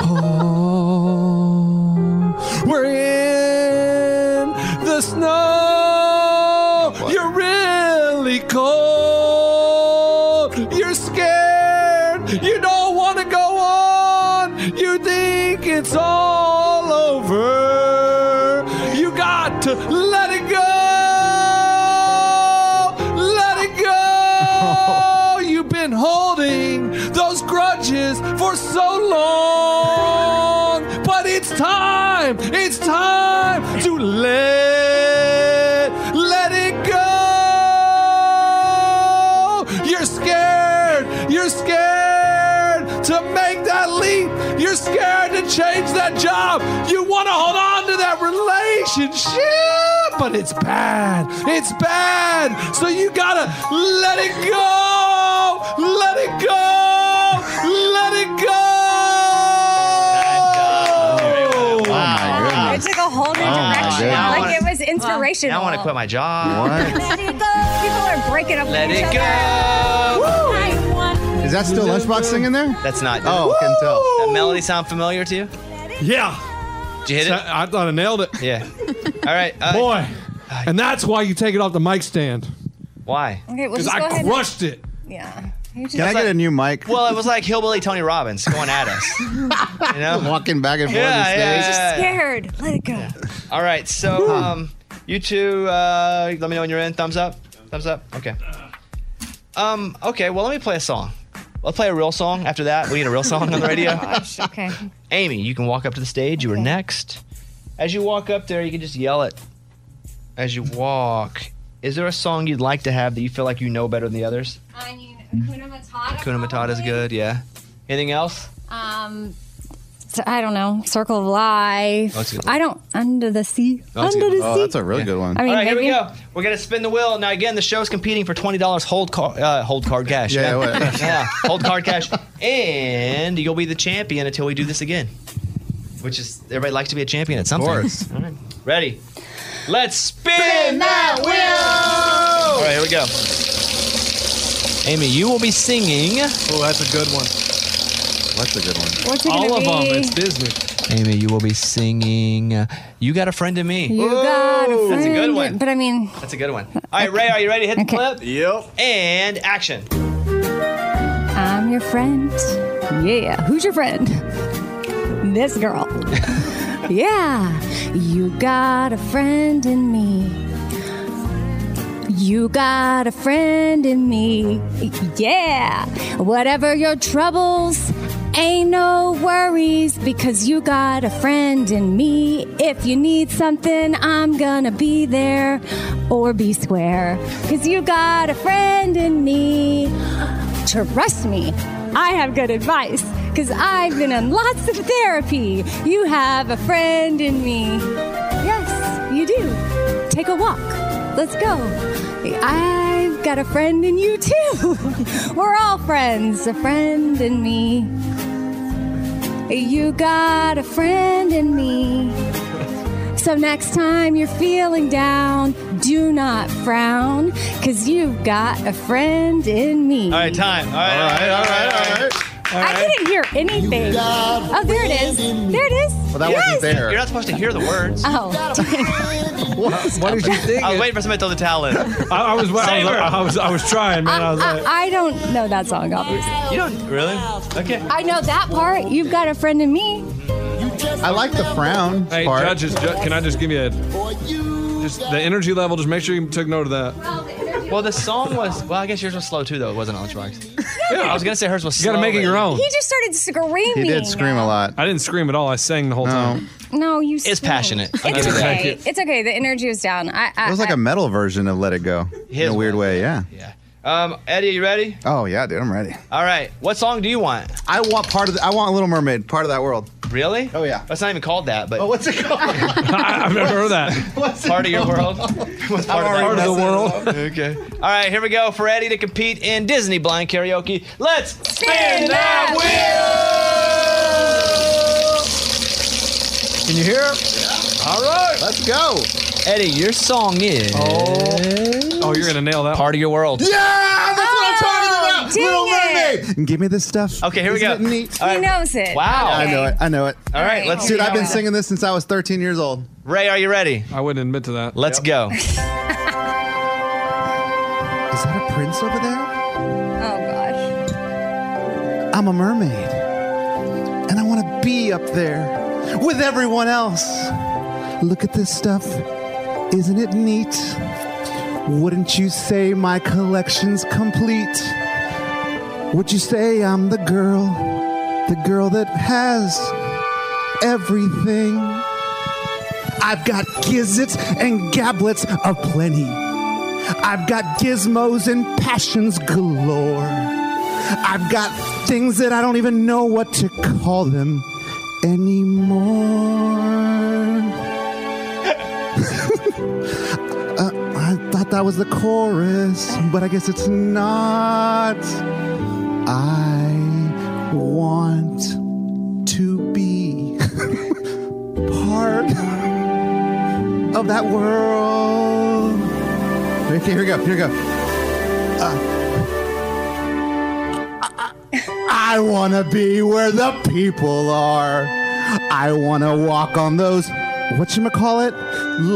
Oh, we're in the snow. You're really cold. You're scared. You don't want to go on. You think it's all over. You got to let it go. Let it go. You've been holding those grudges for so long. But it's time. It's time to let let it go. Oh, You're scared. You're scared to make that leap. You're scared to change that job. You want to hold on to that relationship, but it's bad. It's bad. So you gotta let it go. Let it go. Let it go. my It took a whole Oh, new direction. Now I like wanna- it was inspirational. Ah. Now I want to quit my job. Let it go. People are breaking up Let with each it other. go. I want- Is that still Lunchbox singing there? That's not. Oh, can tell. That melody sound familiar to you? Yeah. Did you hit it? I, I thought I nailed it. Yeah. All right. Uh, Boy. And that's why you take it off the mic stand. Why? Okay, well, Because just go I ahead. crushed it. Yeah. You just- Can I get a new mic? Well, it was like hillbilly Tony Robbins going at us. You know? Oh, Walking back and forth Yeah, the stage. yeah, You're yeah. scared. Let it go. All right, so um, you two, uh, let me know when you're in. Thumbs up. Thumbs up. Okay. Um. Okay. Well, let me play a song. Let's play a real song after that. We need a real song on the radio. Gosh, okay. Amy, you can walk up to the stage. You are next. As you walk up there, you can just yell it. As you walk, is there a song you'd like to have that you feel like you know better than the others? I mean, Hakuna Matata. Kuna Matata is good. Yeah. Anything else? Um, so, I don't know. Circle of life. Oh, that's a good one. I don't. Under the sea. Oh, that's a under good the one. sea. Oh, That's a really good one. I mean, All right, here we maybe- go. We're gonna spin the wheel. Now, again, the show's competing for twenty dollars hold card, uh, hold card cash. Yeah, what- yeah, hold card cash, and you'll be the champion until we do this again. Which is everybody likes to be a champion at something. course. All right, ready? Let's spin, Spin that Oh! wheel! All right, here we go. Amy, you will be singing. Oh, that's a good one. That's a good one. What's it gonna be? Disney. Amy, you will be singing. uh, You got a friend in me. You got a Oh. That's a good friend, one. But I mean, That's a good one. All right, Ray, are you ready? to Hit the clip. Yep. And action. I'm your friend. Yeah. Who's your friend? This girl. yeah. You got a friend in me. You got a friend in me. Yeah. Whatever your troubles Ain't no worries because you got a friend in me. If you need something, I'm gonna be there or be square. Cause you got a friend in me. Trust me, I have good advice because I've been in lots of therapy. You have a friend in me. Yes, you do. Take a walk. Let's go. I've got a friend in you too. We're all friends, a friend in me. You got a friend in me. So next time you're feeling down, do not frown, cause you've got a friend in me. All right, time. All right, all right, all right, all right. I couldn't hear anything. Oh, there it is. There it is. Well, that wasn't there. You're not supposed to hear the words. Oh, What, what did you think? I was waiting for somebody to throw the towel in. I, I was, I Say was, a word. I was, I was trying, man. I was like, I, I don't know that song, obviously. You don't really? Okay. I know that part. You've got a friend in me. I like the frown hey, part. judges, ju- can I just give you a, just the energy level? Just make sure you took note of that. Well, the song was. Well, I guess yours was slow too, though. It wasn't Lunchbox. Yeah, I was gonna say hers was. You gotta slow, make it but- your own. He just started screaming. a lot. I didn't scream at all. I sang the whole time. No, you. It's passionate. I'll It's give you that. okay. It's okay. The energy was down. I, I, It was like I- a metal version of Let It Go. in a weird way, yeah. Um, Eddie, you ready? Oh yeah, dude, I'm ready. All right. What song do you want? I want part of the, I want Little Mermaid, part of that world. Really? Oh yeah. That's not even called that, but. Oh, what's it called? I've never heard that. What's Part of your world. What's part of, that Part of the world. Okay. All right, here we go for Eddie to compete in Disney blind karaoke. Let's spin that wheel. Can you hear? All right. Let's go. Eddie, your song is. Oh, you're gonna nail that. Part of your world. Yeah, that's what I'm talking about. Oh, dang Little it. Mermaid. Give me this stuff. Okay, here we Isn't go. it neat? He knows it. Wow. I know it. I know it. All right, let's see Dude, how I've been it- singing this since I was 13 years old. Ray, are you ready? I wouldn't admit to that. Let's go. Is that a prince over there? Oh gosh. I'm a mermaid. And I want to be up there with everyone else. Look at this stuff. Isn't it neat? Wouldn't you say my collection's complete? Would you say I'm the girl? The girl that has everything. I've got gizzets and gablets aplenty. I've got gizmos and passions galore. I've got things that I don't even know what to call them anymore. Uh, I thought that was the chorus, but I guess it's not. I want to be part of that world. Okay, here we go. Here we go. I want to be where the people are. I want to walk on those whatchamacallit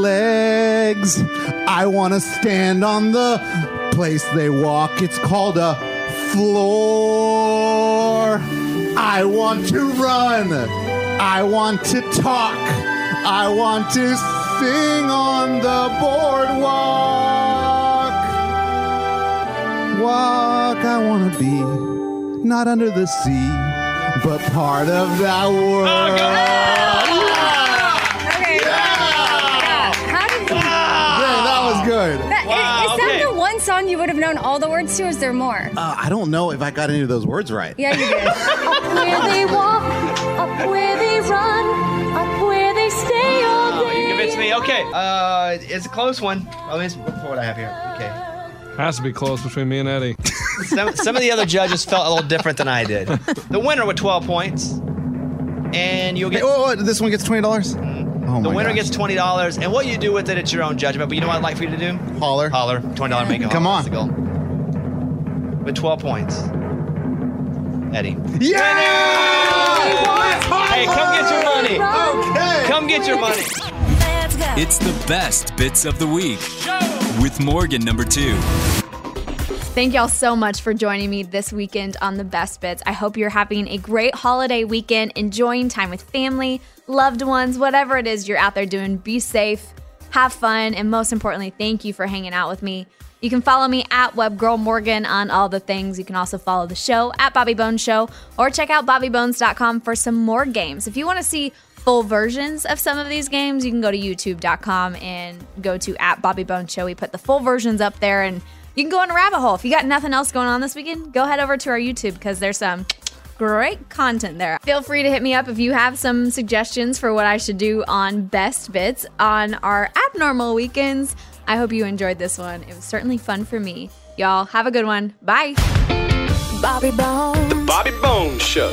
legs. I want to stand on the place they walk. It's called a floor. I want to run. I want to talk. I want to sing on the boardwalk. Walk, I want to be not under the sea, but part of that world. Okay. Yeah. How did you? Dang, that was good. That, Ah! Wow, is that okay. the one song you would have known all the words to? Or is there more? Uh, I don't know if I got any of those words right. Yeah, you did. up where they walk, up where they run, up where they stay all Oh, you convinced me. Okay. Uh, it's a close one. At least for what I have here. Okay. Has to be close between me and Eddie. Some, some of the other judges felt a little different than I did. The winner with 12 points, and you'll Hey, get. Mm. oh, oh, this one gets twenty dollars. Oh the my winner gosh. gets twenty dollars, and what you do with it, it's your own judgment. But you know what I'd like for you to do? holler. Holler, twenty dollar make a Come holler. on. That's the goal. With twelve points, Eddie. Yeah! Hey, come get your money. Okay. Come get your money. It's the best bits of the week with Morgan number two. Thank y'all so much for joining me this weekend on the Best Bits. I hope you're having a great holiday weekend, enjoying time with family, loved ones, whatever it is you're out there doing. Be safe, have fun, and most importantly, thank you for hanging out with me. You can follow me at WebGirlMorgan on all the things. You can also follow the show at Bobby Bones Show or check out BobbyBones.com for some more games. If you want to see full versions of some of these games, you can go to YouTube.com and go to at Bobby Bones Show. We put the full versions up there and you can go on a rabbit hole. If you got nothing else going on this weekend, go head over to our YouTube because there's some great content there. Feel free to hit me up if you have some suggestions for what I should do on Best Bits on our abnormal weekends. I hope you enjoyed this one. It was certainly fun for me. Y'all, have a good one. Bye. Bobby Bones. The Bobby Bones Show.